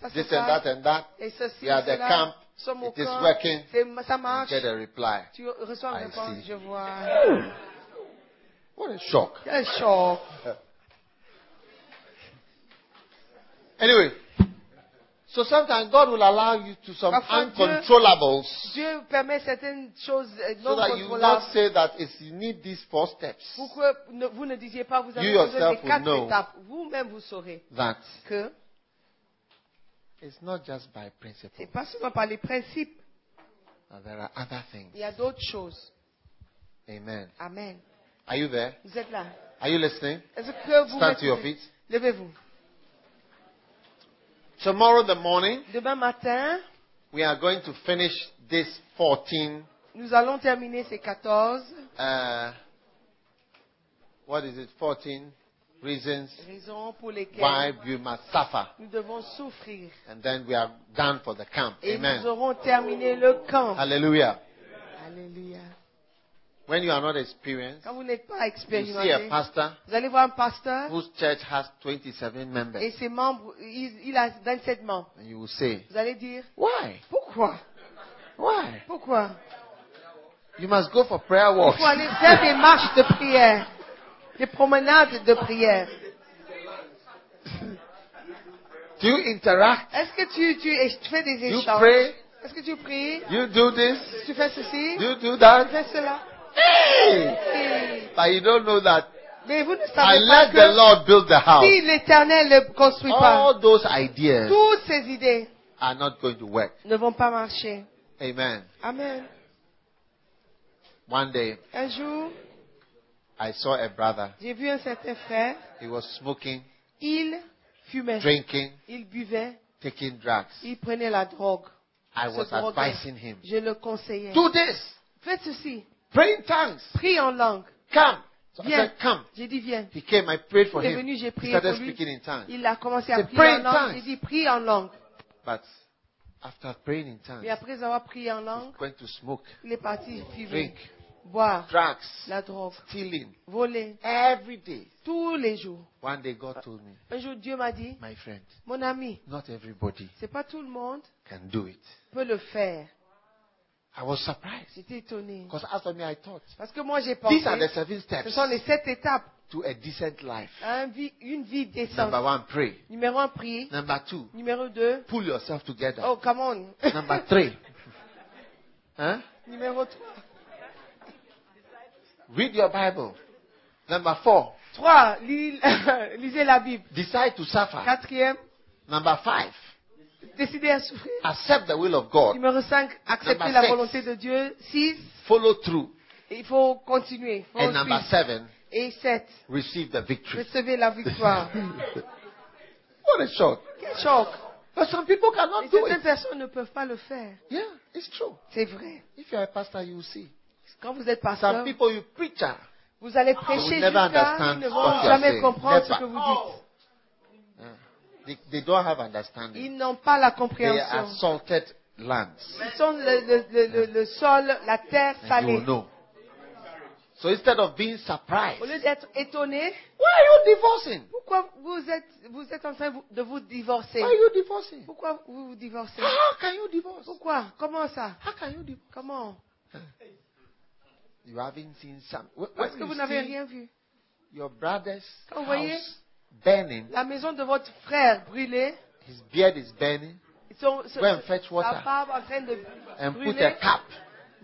[SPEAKER 5] Ça se
[SPEAKER 2] This and
[SPEAKER 5] passe.
[SPEAKER 2] that and that.
[SPEAKER 5] Et ceci,
[SPEAKER 2] We are the
[SPEAKER 5] cela.
[SPEAKER 2] camp.
[SPEAKER 5] Nous sommes au
[SPEAKER 2] It is
[SPEAKER 5] camp.
[SPEAKER 2] working.
[SPEAKER 5] C'est- Ça
[SPEAKER 2] You
[SPEAKER 5] marche.
[SPEAKER 2] get a reply.
[SPEAKER 5] Tu reçois
[SPEAKER 2] I
[SPEAKER 5] une réponse,
[SPEAKER 2] see.
[SPEAKER 5] je vois.
[SPEAKER 2] What a shock.
[SPEAKER 5] Quel choc.
[SPEAKER 2] Anyway, So sometimes God will allow you to some
[SPEAKER 5] Parfois, Dieu-
[SPEAKER 2] uncontrollables
[SPEAKER 5] Dieu permet certaines choses euh,
[SPEAKER 2] so
[SPEAKER 5] non
[SPEAKER 2] that you will not
[SPEAKER 5] contrôlables
[SPEAKER 2] say that it's, you need these four steps.
[SPEAKER 5] pour que ne- vous ne disiez pas vous avez
[SPEAKER 2] You
[SPEAKER 5] besoin
[SPEAKER 2] yourself
[SPEAKER 5] des quatre
[SPEAKER 2] will know.
[SPEAKER 5] étapes. Vous-même, vous saurez
[SPEAKER 2] That
[SPEAKER 5] que
[SPEAKER 2] it's not just by
[SPEAKER 5] ce
[SPEAKER 2] principle.
[SPEAKER 5] n'est pas seulement par les principes,
[SPEAKER 2] Now, there are other things.
[SPEAKER 5] il y a d'autres choses.
[SPEAKER 2] Amen.
[SPEAKER 5] Amen.
[SPEAKER 2] Are you there?
[SPEAKER 5] Vous êtes là.
[SPEAKER 2] Are you listening?
[SPEAKER 5] Est-ce que vous
[SPEAKER 2] Stand to your
[SPEAKER 5] m'écoutez?
[SPEAKER 2] feet.
[SPEAKER 5] Levez-vous.
[SPEAKER 2] Tomorrow the morning,
[SPEAKER 5] Demain matin,
[SPEAKER 2] we are going to finish this 14.
[SPEAKER 5] nous allons terminer ces 14
[SPEAKER 2] Uh, what is it? 14 reasons
[SPEAKER 5] raisons pour lesquelles
[SPEAKER 2] why we must suffer.
[SPEAKER 5] nous devons souffrir.
[SPEAKER 2] And then we are done for the camp.
[SPEAKER 5] Et nous
[SPEAKER 2] Amen.
[SPEAKER 5] aurons terminé le camp.
[SPEAKER 2] Hallelujah.
[SPEAKER 5] Alléluia.
[SPEAKER 2] When you are not experienced,
[SPEAKER 5] Quand vous n'êtes pas
[SPEAKER 2] you see a
[SPEAKER 5] expérimenté,
[SPEAKER 2] pastor
[SPEAKER 5] vous allez voir un pasteur
[SPEAKER 2] whose church has 27
[SPEAKER 5] et
[SPEAKER 2] members,
[SPEAKER 5] ses membres, il, il a 27 membres.
[SPEAKER 2] and you will say,
[SPEAKER 5] Vous allez dire,
[SPEAKER 2] Why?
[SPEAKER 5] pourquoi
[SPEAKER 2] Why?
[SPEAKER 5] Pourquoi
[SPEAKER 2] You must go for prayer
[SPEAKER 5] Il
[SPEAKER 2] walks.
[SPEAKER 5] faut
[SPEAKER 2] [LAUGHS]
[SPEAKER 5] aller faire des marches de prière, des promenades de prière.
[SPEAKER 2] Do you interact?
[SPEAKER 5] Est-ce que tu, tu é- tu fais des
[SPEAKER 2] You
[SPEAKER 5] échanges
[SPEAKER 2] pray?
[SPEAKER 5] Est-ce que tu pries
[SPEAKER 2] You do this?
[SPEAKER 5] Tu fais ceci
[SPEAKER 2] You do
[SPEAKER 5] Tu
[SPEAKER 2] that?
[SPEAKER 5] fais cela
[SPEAKER 2] Hey!
[SPEAKER 5] Et-
[SPEAKER 2] But you don't know that
[SPEAKER 5] Mais vous ne savez pas
[SPEAKER 2] unless the
[SPEAKER 5] que
[SPEAKER 2] Lord Oh, build the
[SPEAKER 5] si
[SPEAKER 2] house,
[SPEAKER 5] l'Éternel ne construit pas,
[SPEAKER 2] all those ideas
[SPEAKER 5] toutes ces idées
[SPEAKER 2] are not going to work.
[SPEAKER 5] ne vont pas marcher.
[SPEAKER 2] Amen.
[SPEAKER 5] Amen.
[SPEAKER 2] One day,
[SPEAKER 5] Un jour,
[SPEAKER 2] I saw a brother.
[SPEAKER 5] j'ai vu un certain frère.
[SPEAKER 2] He was smoking,
[SPEAKER 5] Il fumait,
[SPEAKER 2] drinking,
[SPEAKER 5] il buvait,
[SPEAKER 2] taking drugs.
[SPEAKER 5] il prenait la drogue.
[SPEAKER 2] I
[SPEAKER 5] se
[SPEAKER 2] was
[SPEAKER 5] droguait.
[SPEAKER 2] advising him.
[SPEAKER 5] Je le conseillais.
[SPEAKER 2] Do this.
[SPEAKER 5] Faites ceci.
[SPEAKER 2] Pray in tongues.
[SPEAKER 5] Prie en langue.
[SPEAKER 2] Come. So I
[SPEAKER 5] Viens.
[SPEAKER 2] said, come.
[SPEAKER 5] J'ai dit viens.
[SPEAKER 2] He came. I prayed for
[SPEAKER 5] Il est
[SPEAKER 2] him.
[SPEAKER 5] venu, j'ai
[SPEAKER 2] He
[SPEAKER 5] prié pour
[SPEAKER 2] started
[SPEAKER 5] lui.
[SPEAKER 2] speaking in tongues.
[SPEAKER 5] Il a commencé à
[SPEAKER 2] Say,
[SPEAKER 5] prier
[SPEAKER 2] pray
[SPEAKER 5] en
[SPEAKER 2] in
[SPEAKER 5] langue.
[SPEAKER 2] tongues.
[SPEAKER 5] J'ai dit prie en langue.
[SPEAKER 2] But after praying in tongues,
[SPEAKER 5] Mais après avoir prié en
[SPEAKER 2] he
[SPEAKER 5] langue,
[SPEAKER 2] went to smoke,
[SPEAKER 5] il est parti fumer,
[SPEAKER 2] drink,
[SPEAKER 5] boire,
[SPEAKER 2] drugs,
[SPEAKER 5] la drogue,
[SPEAKER 2] stealing.
[SPEAKER 5] voler,
[SPEAKER 2] Every day.
[SPEAKER 5] tous les jours.
[SPEAKER 2] One day God told me,
[SPEAKER 5] Un jour, Dieu m'a dit,
[SPEAKER 2] my friend,
[SPEAKER 5] mon ami,
[SPEAKER 2] not everybody
[SPEAKER 5] c'est pas tout le monde
[SPEAKER 2] can do it.
[SPEAKER 5] peut le faire.
[SPEAKER 2] I was surprised.
[SPEAKER 5] J'étais étonné.
[SPEAKER 2] Because as for me, I thought,
[SPEAKER 5] Parce que moi, j'ai pensé,
[SPEAKER 2] these are the seven
[SPEAKER 5] ce
[SPEAKER 2] steps
[SPEAKER 5] sont les sept étapes
[SPEAKER 2] to a decent life.
[SPEAKER 5] à un vie- une vie
[SPEAKER 2] Number
[SPEAKER 5] décente.
[SPEAKER 2] one, pray.
[SPEAKER 5] Numéro un, prier.
[SPEAKER 2] Number two,
[SPEAKER 5] Numéro deux,
[SPEAKER 2] pull yourself together.
[SPEAKER 5] oh, [LAUGHS] come on.
[SPEAKER 2] [LAUGHS] Number three, huh?
[SPEAKER 5] Numéro trois.
[SPEAKER 2] read your Bible. Number four,
[SPEAKER 5] Trois, lis- [LAUGHS] lisez la Bible.
[SPEAKER 2] decide to suffer.
[SPEAKER 5] Quatrième,
[SPEAKER 2] Number five,
[SPEAKER 5] décidez à souffrir.
[SPEAKER 2] accept the will of God.
[SPEAKER 5] Numéro 5, accepter
[SPEAKER 2] Number
[SPEAKER 5] la
[SPEAKER 2] six.
[SPEAKER 5] volonté de Dieu. 6,
[SPEAKER 2] Follow through.
[SPEAKER 5] il faut continuer. il faut
[SPEAKER 2] And number
[SPEAKER 5] suivre.
[SPEAKER 2] seven,
[SPEAKER 5] Et 7,
[SPEAKER 2] receive the victory.
[SPEAKER 5] recevez
[SPEAKER 2] [LAUGHS]
[SPEAKER 5] la victoire.
[SPEAKER 2] What a shock.
[SPEAKER 5] Quel choc.
[SPEAKER 2] But some people
[SPEAKER 5] Mais
[SPEAKER 2] cannot do
[SPEAKER 5] certaines
[SPEAKER 2] it.
[SPEAKER 5] personnes ne peuvent pas le faire.
[SPEAKER 2] Yeah, it's true.
[SPEAKER 5] C'est vrai.
[SPEAKER 2] If you are a pastor, you will see.
[SPEAKER 5] Quand vous êtes pasteur,
[SPEAKER 2] Some people, you preacher.
[SPEAKER 5] vous allez
[SPEAKER 2] They will
[SPEAKER 5] prêcher
[SPEAKER 2] never
[SPEAKER 5] jusqu'à
[SPEAKER 2] understand
[SPEAKER 5] ils ne
[SPEAKER 2] what
[SPEAKER 5] vont
[SPEAKER 2] you are
[SPEAKER 5] jamais
[SPEAKER 2] saying.
[SPEAKER 5] comprendre ce
[SPEAKER 2] Never. Oh.
[SPEAKER 5] que vous dites.
[SPEAKER 2] They, they don't have understanding.
[SPEAKER 5] Ils n'ont pas la
[SPEAKER 2] They
[SPEAKER 5] compréhension.
[SPEAKER 2] are salted lands.
[SPEAKER 5] Ils sont le, le- le- le- le sol, la terre
[SPEAKER 2] And you
[SPEAKER 5] salée.
[SPEAKER 2] will know. So instead of being surprised,
[SPEAKER 5] Au lieu d'être étonné,
[SPEAKER 2] why are you divorcing?
[SPEAKER 5] pourquoi vous êtes, vous êtes en train de vous divorcer
[SPEAKER 2] Why are you divorcing?
[SPEAKER 5] Pourquoi vous vous divorcez
[SPEAKER 2] How can you divorce?
[SPEAKER 5] Pourquoi Comment ça
[SPEAKER 2] How can you divorce?
[SPEAKER 5] Comment
[SPEAKER 2] You haven't seen some. When
[SPEAKER 5] Parce que
[SPEAKER 2] you
[SPEAKER 5] vous n'avez
[SPEAKER 2] see
[SPEAKER 5] rien vu.
[SPEAKER 2] your brother's
[SPEAKER 5] Quand vous voyez-
[SPEAKER 2] house burning,
[SPEAKER 5] La maison de votre frère brûlée,
[SPEAKER 2] his beard is burning,
[SPEAKER 5] ils sont, ce-
[SPEAKER 2] Go and fetch water.
[SPEAKER 5] la barbe en train de
[SPEAKER 2] and put
[SPEAKER 5] brûler,
[SPEAKER 2] a cap.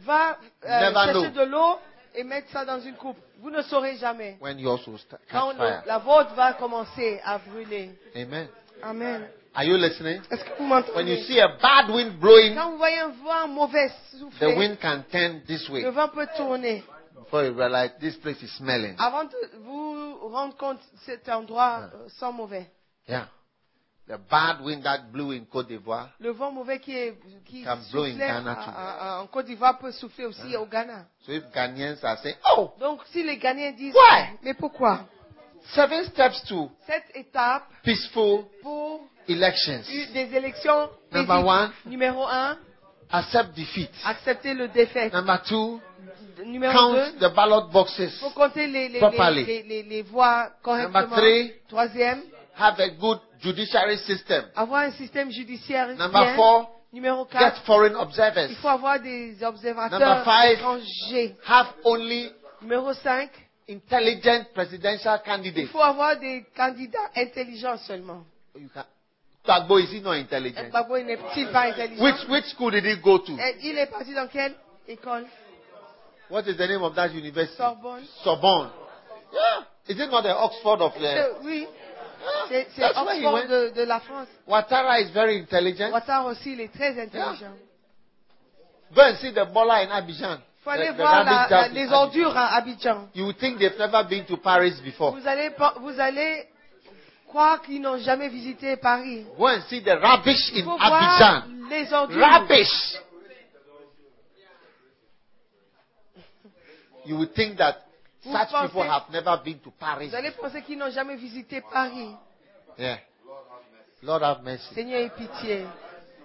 [SPEAKER 5] va euh,
[SPEAKER 2] Never
[SPEAKER 5] chercher
[SPEAKER 2] know.
[SPEAKER 5] de l'eau et mettre ça dans une coupe. Vous ne saurez jamais.
[SPEAKER 2] When yours will start,
[SPEAKER 5] Quand
[SPEAKER 2] catch fire.
[SPEAKER 5] le- la vôtre va commencer à brûler.
[SPEAKER 2] Amen.
[SPEAKER 5] Amen.
[SPEAKER 2] Are you listening?
[SPEAKER 5] Est-ce que vous
[SPEAKER 2] When you
[SPEAKER 5] m'entendez
[SPEAKER 2] see a bad wind blowing,
[SPEAKER 5] Quand vous voyez un vent mauvais
[SPEAKER 2] the
[SPEAKER 5] souffler,
[SPEAKER 2] wind can turn this way
[SPEAKER 5] le vent peut tourner.
[SPEAKER 2] before you realize this place is smelling.
[SPEAKER 5] Avant de vous rendre compte, cet endroit
[SPEAKER 2] Ah.
[SPEAKER 5] euh, sent mauvais.
[SPEAKER 2] Yeah. The bad wind that blew in Cote d'Ivoire
[SPEAKER 5] Le vent mauvais qui, est, qui
[SPEAKER 2] Can blow in
[SPEAKER 5] soufflait
[SPEAKER 2] Ghana Ah.
[SPEAKER 5] à-
[SPEAKER 2] too.
[SPEAKER 5] à- à- en Côte d'Ivoire peut souffler aussi au Ghana.
[SPEAKER 2] So if Ghanaians are saying, oh,
[SPEAKER 5] Donc si les Ghanéens disent,
[SPEAKER 2] Why?
[SPEAKER 5] mais pourquoi
[SPEAKER 2] seven steps to
[SPEAKER 5] Cette étape
[SPEAKER 2] peaceful
[SPEAKER 5] pour
[SPEAKER 2] elections,
[SPEAKER 5] eu- des élections
[SPEAKER 2] Number
[SPEAKER 5] paisibles.
[SPEAKER 2] one.
[SPEAKER 5] numéro un,
[SPEAKER 2] accept defeat.
[SPEAKER 5] accepter le défaite.
[SPEAKER 2] Number two,
[SPEAKER 5] Numéro
[SPEAKER 2] count
[SPEAKER 5] deux,
[SPEAKER 2] the ballot boxes.
[SPEAKER 5] faut compter les, les,
[SPEAKER 2] Properly.
[SPEAKER 5] les, les, les- les voix correctement.
[SPEAKER 2] Number three.
[SPEAKER 5] Troisième,
[SPEAKER 2] Have a good judiciary system.
[SPEAKER 5] avoir un système judiciaire
[SPEAKER 2] Number
[SPEAKER 5] bien.
[SPEAKER 2] four,
[SPEAKER 5] numéro
[SPEAKER 2] get
[SPEAKER 5] quatre,
[SPEAKER 2] foreign
[SPEAKER 5] il
[SPEAKER 2] observers.
[SPEAKER 5] faut avoir des
[SPEAKER 2] Number
[SPEAKER 5] observateurs
[SPEAKER 2] five.
[SPEAKER 5] étrangers.
[SPEAKER 2] Have only
[SPEAKER 5] Numéro cinq,
[SPEAKER 2] intelligent presidential
[SPEAKER 5] il
[SPEAKER 2] candidates.
[SPEAKER 5] faut avoir des candidats intelligents seulement.
[SPEAKER 2] You can, Gbagbo, is he not intelligent?
[SPEAKER 5] Gbagbo n'est-il pas intelligent
[SPEAKER 2] Which, which school did he go to?
[SPEAKER 5] Et Il est parti dans quelle école
[SPEAKER 2] What is the name of that university?
[SPEAKER 5] Sorbonne.
[SPEAKER 2] Sorbonne. Yeah. Is it not the Oxford of the...
[SPEAKER 5] C'est- Euh, Oui,
[SPEAKER 2] Yeah.
[SPEAKER 5] c'est c'est
[SPEAKER 2] That's where he
[SPEAKER 5] Oxford
[SPEAKER 2] went. Hein?
[SPEAKER 5] de, de la France.
[SPEAKER 2] Ouattara is very intelligent.
[SPEAKER 5] Ouattara aussi, il est très intelligent.
[SPEAKER 2] Ah. Go and see the bola in Abidjan.
[SPEAKER 5] Il faut aller
[SPEAKER 2] The- the
[SPEAKER 5] voir la-
[SPEAKER 2] rubbish
[SPEAKER 5] la-
[SPEAKER 2] dump in
[SPEAKER 5] les
[SPEAKER 2] Abidjan.
[SPEAKER 5] ordures à Abidjan.
[SPEAKER 2] You would think they've never been to Paris before.
[SPEAKER 5] Vous allez, pas- vous allez croire qu'ils n'ont jamais visité Paris.
[SPEAKER 2] Go and see the rubbish
[SPEAKER 5] Il
[SPEAKER 2] in
[SPEAKER 5] faut voir
[SPEAKER 2] Abidjan.
[SPEAKER 5] les ordures.
[SPEAKER 2] Rubbish. You would think that
[SPEAKER 5] Vous
[SPEAKER 2] such
[SPEAKER 5] pensez-
[SPEAKER 2] people have never been to Paris.
[SPEAKER 5] Vous allez penser qu'ils n'ont jamais visité Paris.
[SPEAKER 2] Yeah. Lord have mercy.
[SPEAKER 5] Seigneur, aie pitié.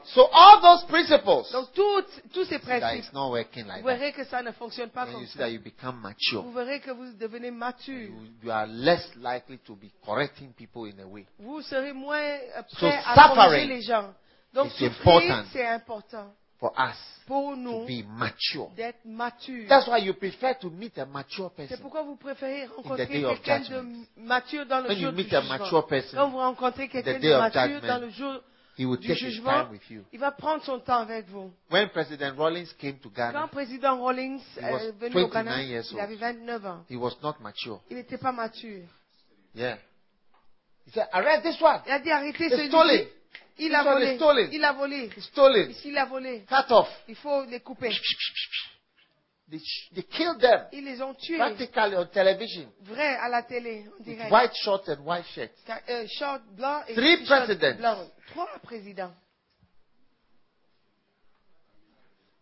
[SPEAKER 2] So all those principles
[SPEAKER 5] Donc, toutes- tous ces
[SPEAKER 2] that is
[SPEAKER 5] principes,
[SPEAKER 2] not working like
[SPEAKER 5] vous
[SPEAKER 2] that.
[SPEAKER 5] verrez que ça ne fonctionne pas
[SPEAKER 2] When you
[SPEAKER 5] comme
[SPEAKER 2] see
[SPEAKER 5] ça.
[SPEAKER 2] that you become
[SPEAKER 5] Vous
[SPEAKER 2] mature,
[SPEAKER 5] verrez que vous devenez mature.
[SPEAKER 2] you, you are less likely to be correcting people in a way.
[SPEAKER 5] Vous serez moins euh,
[SPEAKER 2] So
[SPEAKER 5] prêt à corriger
[SPEAKER 2] suffering
[SPEAKER 5] les gens. Donc,
[SPEAKER 2] is
[SPEAKER 5] souffrir,
[SPEAKER 2] important.
[SPEAKER 5] c'est important
[SPEAKER 2] For us
[SPEAKER 5] pour
[SPEAKER 2] to
[SPEAKER 5] nous
[SPEAKER 2] be mature.
[SPEAKER 5] d'être mature.
[SPEAKER 2] That's why you prefer to meet a mature
[SPEAKER 5] C'est
[SPEAKER 2] person.
[SPEAKER 5] pourquoi vous préférez rencontrer
[SPEAKER 2] day of
[SPEAKER 5] quelqu'un
[SPEAKER 2] judgment.
[SPEAKER 5] de mature dans le
[SPEAKER 2] When you
[SPEAKER 5] jour du
[SPEAKER 2] meet a
[SPEAKER 5] jugement.
[SPEAKER 2] mature person,
[SPEAKER 5] Quand vous rencontrez quelqu'un
[SPEAKER 2] day
[SPEAKER 5] de
[SPEAKER 2] of
[SPEAKER 5] mature
[SPEAKER 2] judgment,
[SPEAKER 5] dans le jour
[SPEAKER 2] He will
[SPEAKER 5] du
[SPEAKER 2] take his
[SPEAKER 5] jugement,
[SPEAKER 2] time with you.
[SPEAKER 5] il va prendre son temps avec vous.
[SPEAKER 2] When President Rawlings came to
[SPEAKER 5] Quand
[SPEAKER 2] Ghana,
[SPEAKER 5] président Rawlings
[SPEAKER 2] He was
[SPEAKER 5] est venu au
[SPEAKER 2] 29
[SPEAKER 5] Ghana,
[SPEAKER 2] years
[SPEAKER 5] il
[SPEAKER 2] old.
[SPEAKER 5] avait 29 ans.
[SPEAKER 2] he was not mature.
[SPEAKER 5] Il n'était pas mature.
[SPEAKER 2] Yeah. He said, arrest this one.
[SPEAKER 5] Il a dit arrêtez
[SPEAKER 2] They
[SPEAKER 5] ce
[SPEAKER 2] stole
[SPEAKER 5] lit.
[SPEAKER 2] it.
[SPEAKER 5] Il
[SPEAKER 2] This
[SPEAKER 5] a
[SPEAKER 2] one, they
[SPEAKER 5] volé.
[SPEAKER 2] stole it.
[SPEAKER 5] Il a volé.
[SPEAKER 2] He stole it.
[SPEAKER 5] Ici, il a volé.
[SPEAKER 2] Cut off.
[SPEAKER 5] Il faut les couper.
[SPEAKER 2] They, sh- they killed them
[SPEAKER 5] Ils les ont tués.
[SPEAKER 2] practically on television.
[SPEAKER 5] Vrai à la télé, on dirait.
[SPEAKER 2] With white shorts and white shirts.
[SPEAKER 5] Ca- euh, short blanc et
[SPEAKER 2] Three
[SPEAKER 5] t-shirt
[SPEAKER 2] presidents.
[SPEAKER 5] blanc. Trois présidents.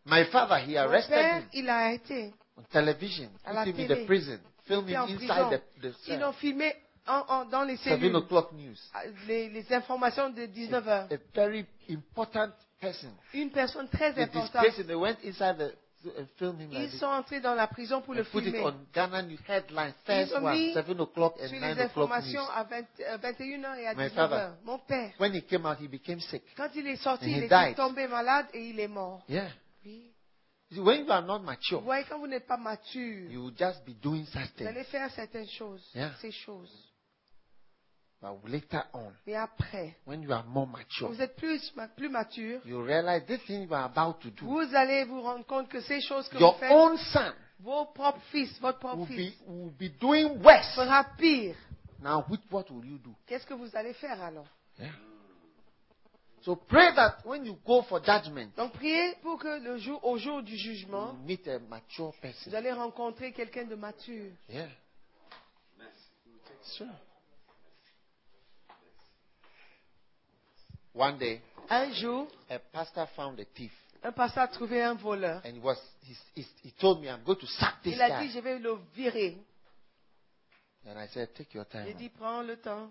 [SPEAKER 2] My father, he
[SPEAKER 5] Mon
[SPEAKER 2] arrested
[SPEAKER 5] père,
[SPEAKER 2] him
[SPEAKER 5] il a arrêté.
[SPEAKER 2] on television.
[SPEAKER 5] À la
[SPEAKER 2] Put him in
[SPEAKER 5] télé.
[SPEAKER 2] the prison. Film
[SPEAKER 5] Il était en
[SPEAKER 2] him inside
[SPEAKER 5] prison.
[SPEAKER 2] the, the
[SPEAKER 5] Ils l'ont
[SPEAKER 2] cell.
[SPEAKER 5] filmé en- en- dans les
[SPEAKER 2] 7
[SPEAKER 5] cellules.
[SPEAKER 2] o'clock news.
[SPEAKER 5] Ah, Les, les informations de 19h.
[SPEAKER 2] A very important person.
[SPEAKER 5] Une personne très
[SPEAKER 2] They
[SPEAKER 5] importante.
[SPEAKER 2] disgraced him. They went inside the and filmed him. Like
[SPEAKER 5] Ils
[SPEAKER 2] this.
[SPEAKER 5] sont entrés dans la prison pour le
[SPEAKER 2] And put it
[SPEAKER 5] filmer.
[SPEAKER 2] on Ghana news headline
[SPEAKER 5] Ils
[SPEAKER 2] first
[SPEAKER 5] ont
[SPEAKER 2] one,
[SPEAKER 5] mis
[SPEAKER 2] seven o'clock
[SPEAKER 5] Sur
[SPEAKER 2] and nine
[SPEAKER 5] les
[SPEAKER 2] o'clock news.
[SPEAKER 5] informations à 20 euh, 21h et à
[SPEAKER 2] My
[SPEAKER 5] 19h.
[SPEAKER 2] father.
[SPEAKER 5] Mon père,
[SPEAKER 2] When he came out, he became sick.
[SPEAKER 5] quand il est sorti,
[SPEAKER 2] And he
[SPEAKER 5] il
[SPEAKER 2] died.
[SPEAKER 5] est tombé malade et il est mort.
[SPEAKER 2] Yeah.
[SPEAKER 5] Oui.
[SPEAKER 2] You see, When you are not
[SPEAKER 5] Vous
[SPEAKER 2] mature,
[SPEAKER 5] voyez, quand vous n'êtes pas mature,
[SPEAKER 2] you will just be doing such
[SPEAKER 5] vous
[SPEAKER 2] things.
[SPEAKER 5] allez faire certaines choses,
[SPEAKER 2] Yeah.
[SPEAKER 5] ces choses.
[SPEAKER 2] But later on,
[SPEAKER 5] Mais après,
[SPEAKER 2] when you are more mature,
[SPEAKER 5] vous êtes plus, ma- plus mature,
[SPEAKER 2] you realize this thing you are about to do.
[SPEAKER 5] vous allez vous rendre compte que ces choses que
[SPEAKER 2] Your
[SPEAKER 5] vous faites,
[SPEAKER 2] own son
[SPEAKER 5] vos propres fils, votre propre
[SPEAKER 2] will
[SPEAKER 5] fils,
[SPEAKER 2] be, will be doing worse.
[SPEAKER 5] fera pire.
[SPEAKER 2] Now, which, what will you do?
[SPEAKER 5] Qu'est-ce que vous allez faire alors
[SPEAKER 2] So pray that when you go for judgment,
[SPEAKER 5] Donc priez pour que le jour, au jour du
[SPEAKER 2] you
[SPEAKER 5] jugement,
[SPEAKER 2] meet a mature
[SPEAKER 5] vous
[SPEAKER 2] person.
[SPEAKER 5] allez rencontrer quelqu'un de mature.
[SPEAKER 2] Yeah. Sure. One day,
[SPEAKER 5] Un jour,
[SPEAKER 2] a pastor found a thief,
[SPEAKER 5] un pasteur a trouvé un voleur.
[SPEAKER 2] and he was he, he, he told me, "I'm going to sack this
[SPEAKER 5] Il a dit,
[SPEAKER 2] guy."
[SPEAKER 5] je vais le virer.
[SPEAKER 2] And I said, "Take your time."
[SPEAKER 5] J'ai dit, prends le temps.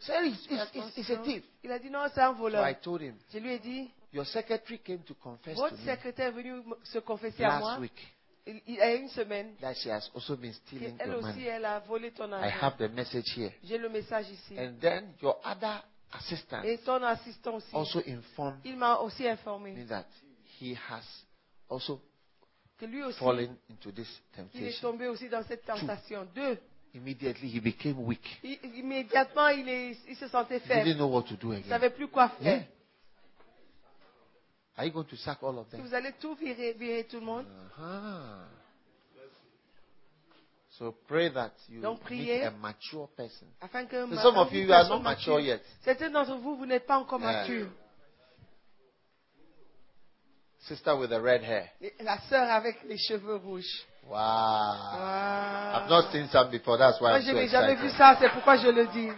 [SPEAKER 2] Sir, it's, it's, it's, it's a thief.
[SPEAKER 5] Il a dit, non, c'est un
[SPEAKER 2] So I
[SPEAKER 5] voleur.
[SPEAKER 2] told him,
[SPEAKER 5] Je lui ai dit,
[SPEAKER 2] "Your secretary came to confess to
[SPEAKER 5] votre
[SPEAKER 2] me
[SPEAKER 5] secrétaire est venue me- se confesser à moi
[SPEAKER 2] last week
[SPEAKER 5] il, il y a une semaine.
[SPEAKER 2] that she has also been stealing
[SPEAKER 5] Elle
[SPEAKER 2] your
[SPEAKER 5] aussi,
[SPEAKER 2] money.
[SPEAKER 5] elle a volé ton
[SPEAKER 2] I
[SPEAKER 5] argent.
[SPEAKER 2] have the message here."
[SPEAKER 5] J'ai le message ici.
[SPEAKER 2] And then your other assistant
[SPEAKER 5] Et ton assistant aussi.
[SPEAKER 2] also informed
[SPEAKER 5] Il m'a aussi
[SPEAKER 2] me
[SPEAKER 5] informé
[SPEAKER 2] that he has also
[SPEAKER 5] que lui aussi,
[SPEAKER 2] fallen into this
[SPEAKER 5] il est
[SPEAKER 2] temptation.
[SPEAKER 5] tombé aussi dans cette tentation. Deux,
[SPEAKER 2] Immediately he became weak.
[SPEAKER 5] i- immédiatement, il, est- il se sentait
[SPEAKER 2] He didn't
[SPEAKER 5] faible.
[SPEAKER 2] know what to do
[SPEAKER 5] Il ne
[SPEAKER 2] again.
[SPEAKER 5] savait plus quoi
[SPEAKER 2] Yeah.
[SPEAKER 5] faire.
[SPEAKER 2] Are you going to sack all of
[SPEAKER 5] Est-ce que
[SPEAKER 2] them?
[SPEAKER 5] Vous allez tout virer, virer tout le monde.
[SPEAKER 2] Uh-huh. So pray that you
[SPEAKER 5] Donc,
[SPEAKER 2] meet
[SPEAKER 5] priez.
[SPEAKER 2] a mature person.
[SPEAKER 5] Afin que
[SPEAKER 2] So some of you, you are not mature yet.
[SPEAKER 5] Certains d'entre vous, vous n'êtes pas encore
[SPEAKER 2] Yeah.
[SPEAKER 5] mature.
[SPEAKER 2] Sister with the red hair.
[SPEAKER 5] La sœur avec les cheveux rouges.
[SPEAKER 2] Wow.
[SPEAKER 5] Ah.
[SPEAKER 2] I've not seen some before. That's why
[SPEAKER 5] Moi,
[SPEAKER 2] I'm
[SPEAKER 5] je
[SPEAKER 2] so
[SPEAKER 5] n'ai jamais vu
[SPEAKER 2] excited.
[SPEAKER 5] ça, c'est pourquoi je le dis.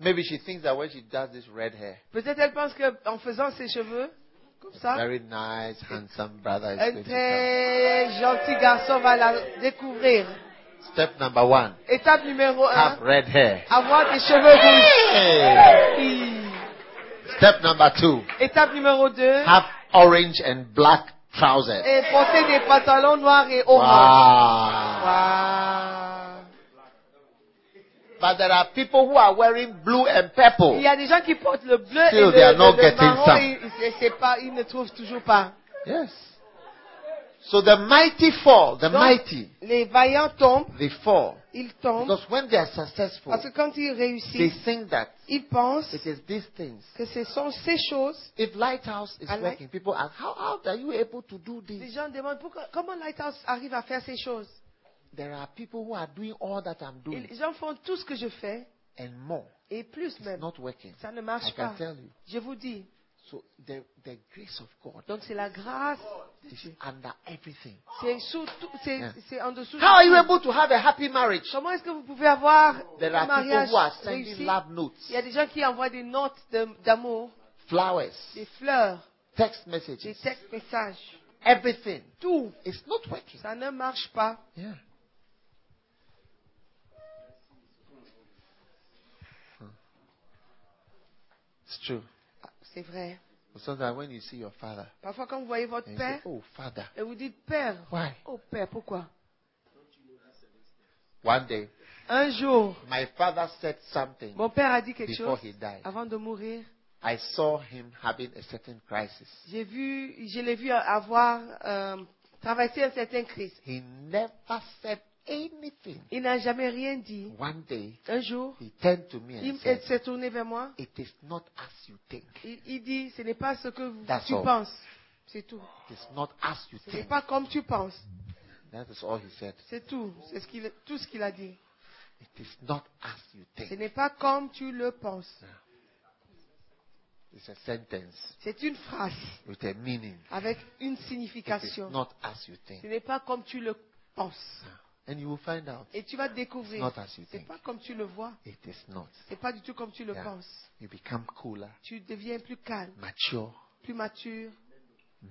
[SPEAKER 2] Maybe she thinks that when she does this red hair,
[SPEAKER 5] Peut-être elle pense qu'en faisant ses cheveux, comme ça,
[SPEAKER 2] very nice, handsome brother is
[SPEAKER 5] un
[SPEAKER 2] going to
[SPEAKER 5] très gentil garçon va la découvrir.
[SPEAKER 2] come. Step number one.
[SPEAKER 5] Étape numéro
[SPEAKER 2] Have
[SPEAKER 5] 1,
[SPEAKER 2] red hair.
[SPEAKER 5] avoir des cheveux
[SPEAKER 2] Hey.
[SPEAKER 5] rouges.
[SPEAKER 2] Step number two.
[SPEAKER 5] Étape numéro 2,
[SPEAKER 2] Have orange and black trousers.
[SPEAKER 5] et porter des pantalons noirs et orange.
[SPEAKER 2] Wow.
[SPEAKER 5] Waouh.
[SPEAKER 2] But there are people who are wearing blue and purple.
[SPEAKER 5] Il y a des gens qui portent le bleu
[SPEAKER 2] Still,
[SPEAKER 5] et le,
[SPEAKER 2] they are not
[SPEAKER 5] le
[SPEAKER 2] getting
[SPEAKER 5] marron
[SPEAKER 2] some.
[SPEAKER 5] et ils, et c'est pas, ils ne trouvent toujours pas.
[SPEAKER 2] Yes. So the mighty fall, the
[SPEAKER 5] Donc,
[SPEAKER 2] mighty,
[SPEAKER 5] les vaillants tombent,
[SPEAKER 2] they fall.
[SPEAKER 5] ils tombent,
[SPEAKER 2] Because when they are successful,
[SPEAKER 5] parce que quand ils
[SPEAKER 2] they
[SPEAKER 5] réussissent,
[SPEAKER 2] think that
[SPEAKER 5] ils pensent
[SPEAKER 2] it is these things.
[SPEAKER 5] que ce sont ces choses.
[SPEAKER 2] If Lighthouse is
[SPEAKER 5] I like-
[SPEAKER 2] working, people ask, how, how are you able to do
[SPEAKER 5] Les
[SPEAKER 2] this?
[SPEAKER 5] gens demandent pourquoi, comment Lighthouse arrive à faire ces choses.
[SPEAKER 2] There are people who are doing all that I'm
[SPEAKER 5] Et
[SPEAKER 2] doing
[SPEAKER 5] Les gens font tout ce que je fais,
[SPEAKER 2] and more.
[SPEAKER 5] et plus
[SPEAKER 2] It's
[SPEAKER 5] même.
[SPEAKER 2] not working.
[SPEAKER 5] Ça ne
[SPEAKER 2] I
[SPEAKER 5] marche pas.
[SPEAKER 2] can tell you.
[SPEAKER 5] Je vous dis.
[SPEAKER 2] So the, the grace of God
[SPEAKER 5] Donc c'est la grâce.
[SPEAKER 2] is under everything.
[SPEAKER 5] C'est sous tout- c'est-
[SPEAKER 2] Yeah.
[SPEAKER 5] c'est en dessous. de
[SPEAKER 2] Hein. How are you
[SPEAKER 5] tout.
[SPEAKER 2] able to have a happy marriage?
[SPEAKER 5] Comment est-ce que vous pouvez avoir
[SPEAKER 2] There
[SPEAKER 5] un
[SPEAKER 2] are people
[SPEAKER 5] mariage
[SPEAKER 2] who are
[SPEAKER 5] réussi
[SPEAKER 2] sending love
[SPEAKER 5] Il y a
[SPEAKER 2] notes,
[SPEAKER 5] des gens qui envoient des notes de- d'amour,
[SPEAKER 2] flowers,
[SPEAKER 5] des fleurs,
[SPEAKER 2] text
[SPEAKER 5] des
[SPEAKER 2] messages,
[SPEAKER 5] textes, messages.
[SPEAKER 2] everything.
[SPEAKER 5] Tout.
[SPEAKER 2] It's not working.
[SPEAKER 5] Ça ne marche pas.
[SPEAKER 2] Yeah. Hmm. It's true.
[SPEAKER 5] Ah, C'est vrai.
[SPEAKER 2] Sometimes when you see your father,
[SPEAKER 5] Parfois, quand vous voyez votre
[SPEAKER 2] and you say,
[SPEAKER 5] père,
[SPEAKER 2] Oh, father,
[SPEAKER 5] et vous dites Père.
[SPEAKER 2] why?
[SPEAKER 5] Oh Père, pourquoi
[SPEAKER 2] One day,
[SPEAKER 5] Un jour,
[SPEAKER 2] my father said something
[SPEAKER 5] mon père a dit quelque
[SPEAKER 2] before
[SPEAKER 5] chose
[SPEAKER 2] he died.
[SPEAKER 5] avant de mourir.
[SPEAKER 2] I saw him having a certain crisis.
[SPEAKER 5] J'ai vu, je l'ai vu avoir euh, traversé un certain crise.
[SPEAKER 2] He never said anything.
[SPEAKER 5] Il n'a jamais rien dit.
[SPEAKER 2] One day,
[SPEAKER 5] Un jour,
[SPEAKER 2] he turned to me
[SPEAKER 5] il
[SPEAKER 2] and
[SPEAKER 5] il
[SPEAKER 2] said,
[SPEAKER 5] s'est tourné vers moi.
[SPEAKER 2] It is not as you think.
[SPEAKER 5] Il, il dit, ce n'est pas ce que vous-
[SPEAKER 2] That's
[SPEAKER 5] tu
[SPEAKER 2] all.
[SPEAKER 5] penses. C'est tout.
[SPEAKER 2] It is not as you
[SPEAKER 5] Ce n'est
[SPEAKER 2] think.
[SPEAKER 5] pas comme tu penses.
[SPEAKER 2] That is all he said.
[SPEAKER 5] C'est tout. C'est ce qu'il- tout ce qu'il a dit.
[SPEAKER 2] It is not as you
[SPEAKER 5] Ce
[SPEAKER 2] think.
[SPEAKER 5] n'est pas comme tu le penses.
[SPEAKER 2] It's a sentence
[SPEAKER 5] C'est une phrase
[SPEAKER 2] with a meaning.
[SPEAKER 5] avec une
[SPEAKER 2] It is
[SPEAKER 5] signification.
[SPEAKER 2] not as you
[SPEAKER 5] Ce
[SPEAKER 2] think.
[SPEAKER 5] n'est pas comme tu le penses.
[SPEAKER 2] And you will find out.
[SPEAKER 5] Et tu vas découvrir.
[SPEAKER 2] It's not as you
[SPEAKER 5] Ce n'est
[SPEAKER 2] think.
[SPEAKER 5] pas comme tu le vois.
[SPEAKER 2] It is not.
[SPEAKER 5] Ce n'est pas du tout comme tu le
[SPEAKER 2] Yeah.
[SPEAKER 5] penses.
[SPEAKER 2] You become cooler,
[SPEAKER 5] Tu deviens plus calme,
[SPEAKER 2] mature,
[SPEAKER 5] plus mature,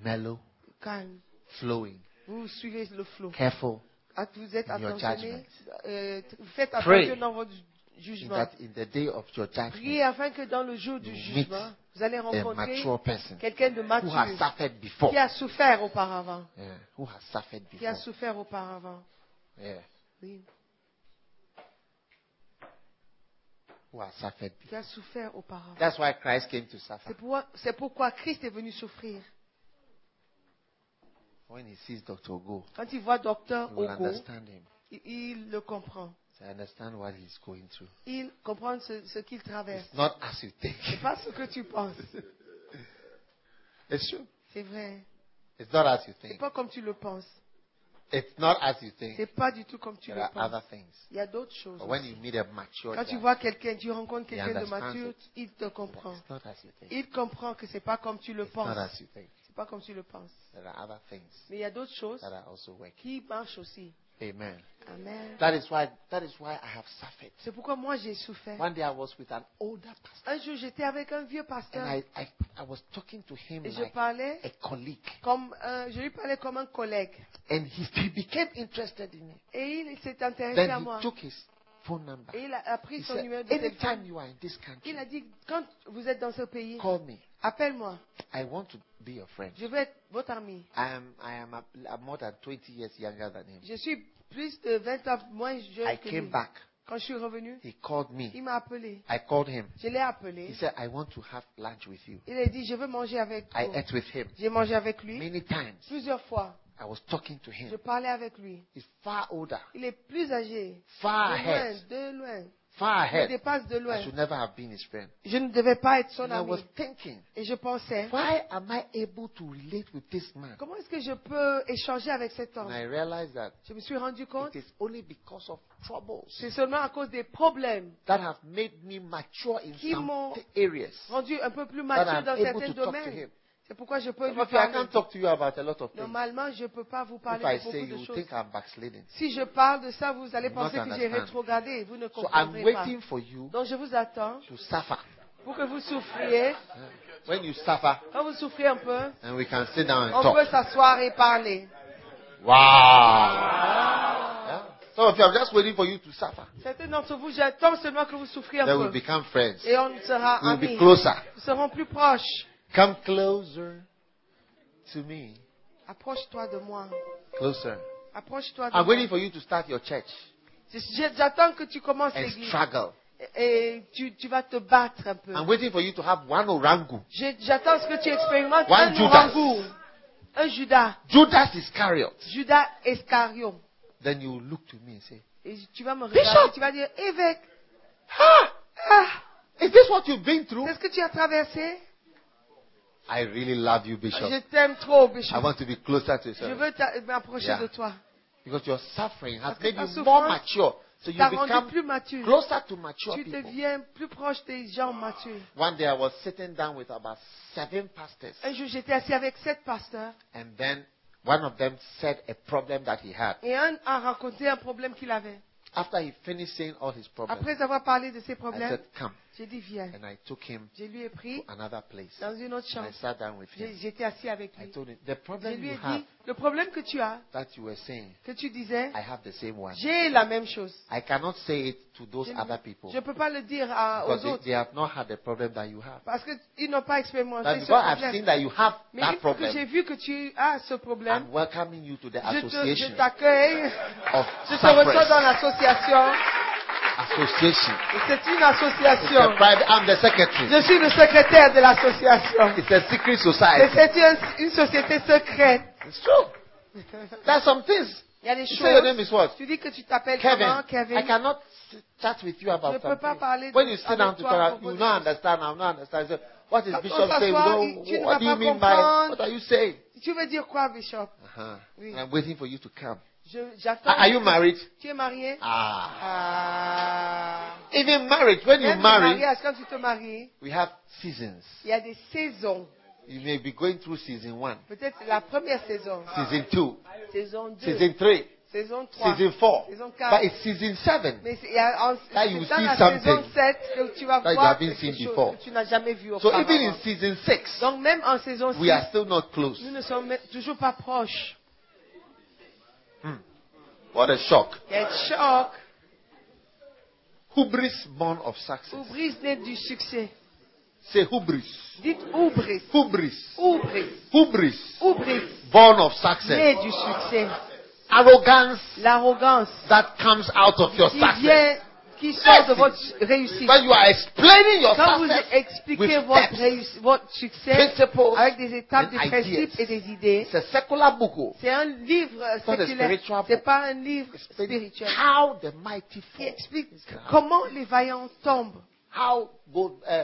[SPEAKER 2] mellow,
[SPEAKER 5] plus calme.
[SPEAKER 2] flowing,
[SPEAKER 5] Vous suivez le flot.
[SPEAKER 2] careful
[SPEAKER 5] Ah, Vous êtes
[SPEAKER 2] In your
[SPEAKER 5] attentionné. Euh, faites
[SPEAKER 2] Pray.
[SPEAKER 5] attention dans votre ju-
[SPEAKER 2] in
[SPEAKER 5] jugement.
[SPEAKER 2] that in the day of your
[SPEAKER 5] Priez
[SPEAKER 2] judgment,
[SPEAKER 5] afin que dans le jour du
[SPEAKER 2] You
[SPEAKER 5] jugement,
[SPEAKER 2] meet
[SPEAKER 5] vous allez
[SPEAKER 2] a
[SPEAKER 5] rencontrer
[SPEAKER 2] mature person
[SPEAKER 5] quelqu'un de
[SPEAKER 2] who has
[SPEAKER 5] mature
[SPEAKER 2] suffered before.
[SPEAKER 5] qui a souffert auparavant.
[SPEAKER 2] Yeah, who has suffered
[SPEAKER 5] Qui a
[SPEAKER 2] before.
[SPEAKER 5] souffert auparavant.
[SPEAKER 2] Yeah,
[SPEAKER 5] Oui.
[SPEAKER 2] who has suffered before.
[SPEAKER 5] Qui a souffert auparavant.
[SPEAKER 2] That's why Christ came to
[SPEAKER 5] C'est
[SPEAKER 2] suffer.
[SPEAKER 5] pour- c'est pourquoi Christ est venu souffrir.
[SPEAKER 2] When he sees Dr. Go,
[SPEAKER 5] Quand il voit docteur
[SPEAKER 2] he will
[SPEAKER 5] Ogo,
[SPEAKER 2] understand him.
[SPEAKER 5] il, il le comprend.
[SPEAKER 2] He understand what he's going through.
[SPEAKER 5] Il comprend ce, ce qu'il traverse.
[SPEAKER 2] It's not as you think.
[SPEAKER 5] C'est pas ce que tu penses.
[SPEAKER 2] It's true.
[SPEAKER 5] C'est vrai.
[SPEAKER 2] It's not as you
[SPEAKER 5] C'est
[SPEAKER 2] think.
[SPEAKER 5] pas comme tu le penses.
[SPEAKER 2] It's not as you think.
[SPEAKER 5] C'est pas du tout comme tu
[SPEAKER 2] There
[SPEAKER 5] le
[SPEAKER 2] are other
[SPEAKER 5] penses.
[SPEAKER 2] things.
[SPEAKER 5] Il y a d'autres choses.
[SPEAKER 2] But when
[SPEAKER 5] aussi.
[SPEAKER 2] you meet a mature
[SPEAKER 5] Quand tu
[SPEAKER 2] guy,
[SPEAKER 5] vois quelqu'un, tu rencontres
[SPEAKER 2] He
[SPEAKER 5] quelqu'un de
[SPEAKER 2] understands
[SPEAKER 5] mature,
[SPEAKER 2] it.
[SPEAKER 5] il te comprend.
[SPEAKER 2] it's not as you think.
[SPEAKER 5] Il comprend que c'est pas comme tu le
[SPEAKER 2] It's not
[SPEAKER 5] penses.
[SPEAKER 2] as you think.
[SPEAKER 5] C'est pas comme tu le penses.
[SPEAKER 2] There are other things
[SPEAKER 5] Mais il y a d'autres choses
[SPEAKER 2] that are also working.
[SPEAKER 5] qui marchent aussi.
[SPEAKER 2] Amen.
[SPEAKER 5] Amen.
[SPEAKER 2] That is why that is why I have suffered.
[SPEAKER 5] C'est pourquoi moi j'ai souffert.
[SPEAKER 2] One day I was with an older pastor
[SPEAKER 5] Un jour j'étais avec un vieux
[SPEAKER 2] and
[SPEAKER 5] pasteur
[SPEAKER 2] I, I, I was talking to him
[SPEAKER 5] et je
[SPEAKER 2] like
[SPEAKER 5] parlais
[SPEAKER 2] a colleague.
[SPEAKER 5] comme un- je lui parlais comme un collègue
[SPEAKER 2] And he, he became interested in me.
[SPEAKER 5] et il s'est intéressé à
[SPEAKER 2] Then
[SPEAKER 5] moi
[SPEAKER 2] he took his phone number.
[SPEAKER 5] et il a, a pris
[SPEAKER 2] He
[SPEAKER 5] son
[SPEAKER 2] said,
[SPEAKER 5] numéro de
[SPEAKER 2] Anytime
[SPEAKER 5] téléphone.
[SPEAKER 2] you are in this country,
[SPEAKER 5] Il a dit quand vous êtes dans ce pays,
[SPEAKER 2] call me.
[SPEAKER 5] appelle-moi.
[SPEAKER 2] I want to be your friend.
[SPEAKER 5] Je veux être votre ami.
[SPEAKER 2] I am I am a, I'm more than 20 years younger than him.
[SPEAKER 5] Je suis plus de 20 ans moins
[SPEAKER 2] I
[SPEAKER 5] jeune que
[SPEAKER 2] came
[SPEAKER 5] lui.
[SPEAKER 2] back.
[SPEAKER 5] Quand je suis revenu,
[SPEAKER 2] He called
[SPEAKER 5] il
[SPEAKER 2] me.
[SPEAKER 5] m'a appelé.
[SPEAKER 2] I called him.
[SPEAKER 5] Je l'ai
[SPEAKER 2] He
[SPEAKER 5] appelé.
[SPEAKER 2] said, I want to have lunch with you.
[SPEAKER 5] Il a dit je veux manger avec
[SPEAKER 2] I
[SPEAKER 5] vous.
[SPEAKER 2] ate with him
[SPEAKER 5] J'ai mangé avec lui
[SPEAKER 2] many times.
[SPEAKER 5] plusieurs fois.
[SPEAKER 2] I was talking to
[SPEAKER 5] Je
[SPEAKER 2] him.
[SPEAKER 5] parlais avec lui.
[SPEAKER 2] He's far older,
[SPEAKER 5] Il est plus âgé.
[SPEAKER 2] far
[SPEAKER 5] de loin,
[SPEAKER 2] ahead,
[SPEAKER 5] de loin.
[SPEAKER 2] far
[SPEAKER 5] Il me
[SPEAKER 2] ahead.
[SPEAKER 5] dépasse de
[SPEAKER 2] I
[SPEAKER 5] loin.
[SPEAKER 2] should never have been his friend.
[SPEAKER 5] Je ne devais pas être son
[SPEAKER 2] And I was
[SPEAKER 5] ami.
[SPEAKER 2] thinking,
[SPEAKER 5] Et je pensais,
[SPEAKER 2] why am I able to relate with this man?
[SPEAKER 5] comment est-ce que je peux échanger avec cet
[SPEAKER 2] And
[SPEAKER 5] homme
[SPEAKER 2] I realized that
[SPEAKER 5] Je me suis rendu compte,
[SPEAKER 2] it is only because of troubles
[SPEAKER 5] c'est seulement à cause des problèmes
[SPEAKER 2] that have made me mature in
[SPEAKER 5] Qui
[SPEAKER 2] some
[SPEAKER 5] m'ont
[SPEAKER 2] t- areas.
[SPEAKER 5] rendus un peu plus
[SPEAKER 2] That
[SPEAKER 5] matures
[SPEAKER 2] I'm
[SPEAKER 5] dans
[SPEAKER 2] able
[SPEAKER 5] certains
[SPEAKER 2] to talk to
[SPEAKER 5] domaines.
[SPEAKER 2] him.
[SPEAKER 5] C'est pourquoi je peux
[SPEAKER 2] Some
[SPEAKER 5] lui
[SPEAKER 2] of you, I
[SPEAKER 5] parler.
[SPEAKER 2] can't talk to you about a lot of things.
[SPEAKER 5] Normalement, je ne peux pas vous
[SPEAKER 2] If
[SPEAKER 5] parler
[SPEAKER 2] I
[SPEAKER 5] de
[SPEAKER 2] say
[SPEAKER 5] beaucoup
[SPEAKER 2] you
[SPEAKER 5] de
[SPEAKER 2] will
[SPEAKER 5] choses.
[SPEAKER 2] think I'm backsliding.
[SPEAKER 5] Si je parle de ça, vous allez
[SPEAKER 2] You
[SPEAKER 5] penser
[SPEAKER 2] not
[SPEAKER 5] que j'ai
[SPEAKER 2] understand.
[SPEAKER 5] rétrogradé. Vous ne
[SPEAKER 2] So I'm
[SPEAKER 5] comprendrez pas.
[SPEAKER 2] waiting for you
[SPEAKER 5] Donc je vous attends
[SPEAKER 2] to suffer.
[SPEAKER 5] pour que vous souffriez.
[SPEAKER 2] When you suffer,
[SPEAKER 5] Quand vous souffrez un peu,
[SPEAKER 2] and we can sit down and
[SPEAKER 5] on peut
[SPEAKER 2] talk.
[SPEAKER 5] s'asseoir et parler.
[SPEAKER 2] Wow. Yeah. Some of you, I'm just waiting for you to suffer.
[SPEAKER 5] Certains d'entre vous, j'attends seulement que vous souffriez un
[SPEAKER 2] Then we'll
[SPEAKER 5] peu.
[SPEAKER 2] become friends.
[SPEAKER 5] Et on sera
[SPEAKER 2] We'll be
[SPEAKER 5] amis.
[SPEAKER 2] closer.
[SPEAKER 5] Nous serons plus proches.
[SPEAKER 2] Come closer to me.
[SPEAKER 5] Approche-toi de moi.
[SPEAKER 2] Closer.
[SPEAKER 5] Approche-toi de
[SPEAKER 2] I'm
[SPEAKER 5] moi.
[SPEAKER 2] waiting for you to start your church
[SPEAKER 5] Je- J'attends que tu commences
[SPEAKER 2] and
[SPEAKER 5] l'église.
[SPEAKER 2] struggle.
[SPEAKER 5] Et tu, tu vas te battre un peu.
[SPEAKER 2] I'm waiting for you to have one orangu,
[SPEAKER 5] Je- J'attends ce que tu expérimentes
[SPEAKER 2] one
[SPEAKER 5] un
[SPEAKER 2] Judas,
[SPEAKER 5] orangout, un Judas,
[SPEAKER 2] Judas Iscariot.
[SPEAKER 5] Judas Iscariot.
[SPEAKER 2] Then you will look to me and say,
[SPEAKER 5] Et tu vas me regarder,
[SPEAKER 2] Bishop.
[SPEAKER 5] tu vas dire, évêque,
[SPEAKER 2] ah,
[SPEAKER 5] ah,
[SPEAKER 2] is this what you've been through?
[SPEAKER 5] c'est ce que tu as traversé
[SPEAKER 2] I really love you,
[SPEAKER 5] Je
[SPEAKER 2] Bishop.
[SPEAKER 5] t'aime trop,
[SPEAKER 2] I
[SPEAKER 5] Bishop.
[SPEAKER 2] want to be closer to
[SPEAKER 5] Je
[SPEAKER 2] you.
[SPEAKER 5] veux t'a- euh, m'approcher
[SPEAKER 2] Yeah.
[SPEAKER 5] de toi.
[SPEAKER 2] Because your suffering has
[SPEAKER 5] Parce que
[SPEAKER 2] made
[SPEAKER 5] ta
[SPEAKER 2] you more
[SPEAKER 5] souffrance
[SPEAKER 2] mature. So you
[SPEAKER 5] T'as rendu
[SPEAKER 2] become
[SPEAKER 5] plus mature.
[SPEAKER 2] closer to mature
[SPEAKER 5] tu
[SPEAKER 2] people.
[SPEAKER 5] deviens plus proche des gens matures.
[SPEAKER 2] One day I was sitting down with about seven pastors,
[SPEAKER 5] Un jour, j'étais assis avec sept pasteurs
[SPEAKER 2] and then one of them said a problem that he had.
[SPEAKER 5] et un a raconté un problème qu'il avait.
[SPEAKER 2] After he finished saying all his problems,
[SPEAKER 5] Après avoir parlé de ses
[SPEAKER 2] I
[SPEAKER 5] problèmes,
[SPEAKER 2] said, Come.
[SPEAKER 5] j'ai dit viens.
[SPEAKER 2] And I took him
[SPEAKER 5] Je lui ai pris
[SPEAKER 2] to another place.
[SPEAKER 5] dans une autre chambre.
[SPEAKER 2] I sat down with
[SPEAKER 5] J'ai-
[SPEAKER 2] him.
[SPEAKER 5] J'étais assis avec
[SPEAKER 2] I
[SPEAKER 5] lui.
[SPEAKER 2] told him, The
[SPEAKER 5] Je
[SPEAKER 2] problem
[SPEAKER 5] lui
[SPEAKER 2] you
[SPEAKER 5] ai
[SPEAKER 2] have
[SPEAKER 5] dit le problème que tu as,
[SPEAKER 2] that you were saying,
[SPEAKER 5] que tu disais,
[SPEAKER 2] I have the same one.
[SPEAKER 5] j'ai la même chose.
[SPEAKER 2] I cannot say it to those
[SPEAKER 5] Je
[SPEAKER 2] other people
[SPEAKER 5] ne peux pas le dire à-
[SPEAKER 2] because
[SPEAKER 5] aux
[SPEAKER 2] they,
[SPEAKER 5] autres
[SPEAKER 2] they have not had the problem that you have.
[SPEAKER 5] parce qu'ils n'ont pas
[SPEAKER 2] But
[SPEAKER 5] expérimenté ce
[SPEAKER 2] because I've seen
[SPEAKER 5] problème.
[SPEAKER 2] that you have
[SPEAKER 5] Mais une
[SPEAKER 2] that
[SPEAKER 5] fois que j'ai
[SPEAKER 2] problem,
[SPEAKER 5] vu que tu as ce problème,
[SPEAKER 2] I'm welcoming you to the
[SPEAKER 5] je te- je
[SPEAKER 2] association
[SPEAKER 5] t'accueille,
[SPEAKER 2] of
[SPEAKER 5] je te reçois dans
[SPEAKER 2] sufferers.
[SPEAKER 5] l'association.
[SPEAKER 2] Association.
[SPEAKER 5] Et C'est une
[SPEAKER 2] It's a
[SPEAKER 5] association.
[SPEAKER 2] private. I'm the secretary.
[SPEAKER 5] Je suis le secrétaire de l'association.
[SPEAKER 2] It's a secret
[SPEAKER 5] Et
[SPEAKER 2] society.
[SPEAKER 5] c'est une, une société secrète.
[SPEAKER 2] It's true. There are some things.
[SPEAKER 5] Il y a des
[SPEAKER 2] You say your
[SPEAKER 5] choses.
[SPEAKER 2] name is what?
[SPEAKER 5] Tu dis que tu t'appelles
[SPEAKER 2] Kevin.
[SPEAKER 5] comment, Kevin
[SPEAKER 2] I cannot s- chat with you
[SPEAKER 5] Je
[SPEAKER 2] about
[SPEAKER 5] peux pas
[SPEAKER 2] something.
[SPEAKER 5] parler de-
[SPEAKER 2] When you sit
[SPEAKER 5] avec
[SPEAKER 2] down to
[SPEAKER 5] toi à
[SPEAKER 2] talk,
[SPEAKER 5] propos
[SPEAKER 2] you will
[SPEAKER 5] de
[SPEAKER 2] not
[SPEAKER 5] ça.
[SPEAKER 2] understand. I'm not understand. So, what is
[SPEAKER 5] Quand on
[SPEAKER 2] Bishop saying?
[SPEAKER 5] s'assoit,
[SPEAKER 2] You
[SPEAKER 5] tu- tu
[SPEAKER 2] know,
[SPEAKER 5] ne
[SPEAKER 2] what
[SPEAKER 5] vas
[SPEAKER 2] do you
[SPEAKER 5] pas
[SPEAKER 2] mean by?
[SPEAKER 5] comprendre.
[SPEAKER 2] What are you saying?
[SPEAKER 5] Tu veux dire quoi, Bishop
[SPEAKER 2] Uh-huh.
[SPEAKER 5] Oui.
[SPEAKER 2] I'm waiting for you to come.
[SPEAKER 5] Je- J'attends.
[SPEAKER 2] Are are you married?
[SPEAKER 5] Tu es marié
[SPEAKER 2] Ah.
[SPEAKER 5] Ah.
[SPEAKER 2] Even marriage, when you
[SPEAKER 5] Même le
[SPEAKER 2] marry,
[SPEAKER 5] mariage, quand tu te maries,
[SPEAKER 2] we have seasons.
[SPEAKER 5] il y a des saisons.
[SPEAKER 2] You may be going through season one,
[SPEAKER 5] Peut-être la première saison,
[SPEAKER 2] season two,
[SPEAKER 5] saison 2,
[SPEAKER 2] season three,
[SPEAKER 5] saison 3,
[SPEAKER 2] season four.
[SPEAKER 5] saison 4.
[SPEAKER 2] But it's season seven.
[SPEAKER 5] Mais c'est il y a en-
[SPEAKER 2] Là, you
[SPEAKER 5] c'est dans
[SPEAKER 2] see
[SPEAKER 5] la saison
[SPEAKER 2] something
[SPEAKER 5] 7 que tu vas
[SPEAKER 2] that you
[SPEAKER 5] voir
[SPEAKER 2] haven't
[SPEAKER 5] quelque
[SPEAKER 2] seen
[SPEAKER 5] chose
[SPEAKER 2] before.
[SPEAKER 5] que tu n'as jamais vu
[SPEAKER 2] So
[SPEAKER 5] auparavant.
[SPEAKER 2] even in season six,
[SPEAKER 5] Donc même en saison 6,
[SPEAKER 2] we are still not close.
[SPEAKER 5] nous ne sommes même toujours pas proches.
[SPEAKER 2] What a shock.
[SPEAKER 5] Quel choc
[SPEAKER 2] Hubris born of success.
[SPEAKER 5] Oubris naît du succès.
[SPEAKER 2] Say hubris.
[SPEAKER 5] Dites oubris,
[SPEAKER 2] Hubris.
[SPEAKER 5] oubris,
[SPEAKER 2] Hubris
[SPEAKER 5] oubris
[SPEAKER 2] born of success.
[SPEAKER 5] naît du succès.
[SPEAKER 2] Arrogance
[SPEAKER 5] L'arrogance
[SPEAKER 2] that comes out of your
[SPEAKER 5] qui
[SPEAKER 2] success.
[SPEAKER 5] vient, qui sort de votre réussite.
[SPEAKER 2] When you are explaining your
[SPEAKER 5] Quand vous
[SPEAKER 2] success
[SPEAKER 5] expliquez
[SPEAKER 2] with
[SPEAKER 5] votre,
[SPEAKER 2] steps,
[SPEAKER 5] réuss- votre succès
[SPEAKER 2] principles,
[SPEAKER 5] avec des étapes,
[SPEAKER 2] and
[SPEAKER 5] des
[SPEAKER 2] ideas.
[SPEAKER 5] principes et des idées,
[SPEAKER 2] It's a secular book. oh.
[SPEAKER 5] c'est un livre euh,
[SPEAKER 2] not a
[SPEAKER 5] séculaire,
[SPEAKER 2] spiritual
[SPEAKER 5] c'est
[SPEAKER 2] book.
[SPEAKER 5] pas un livre
[SPEAKER 2] Explaining
[SPEAKER 5] spirituel.
[SPEAKER 2] how the mighty
[SPEAKER 5] qui
[SPEAKER 2] fall.
[SPEAKER 5] explique comment les vaillants tombed.
[SPEAKER 2] How go, uh,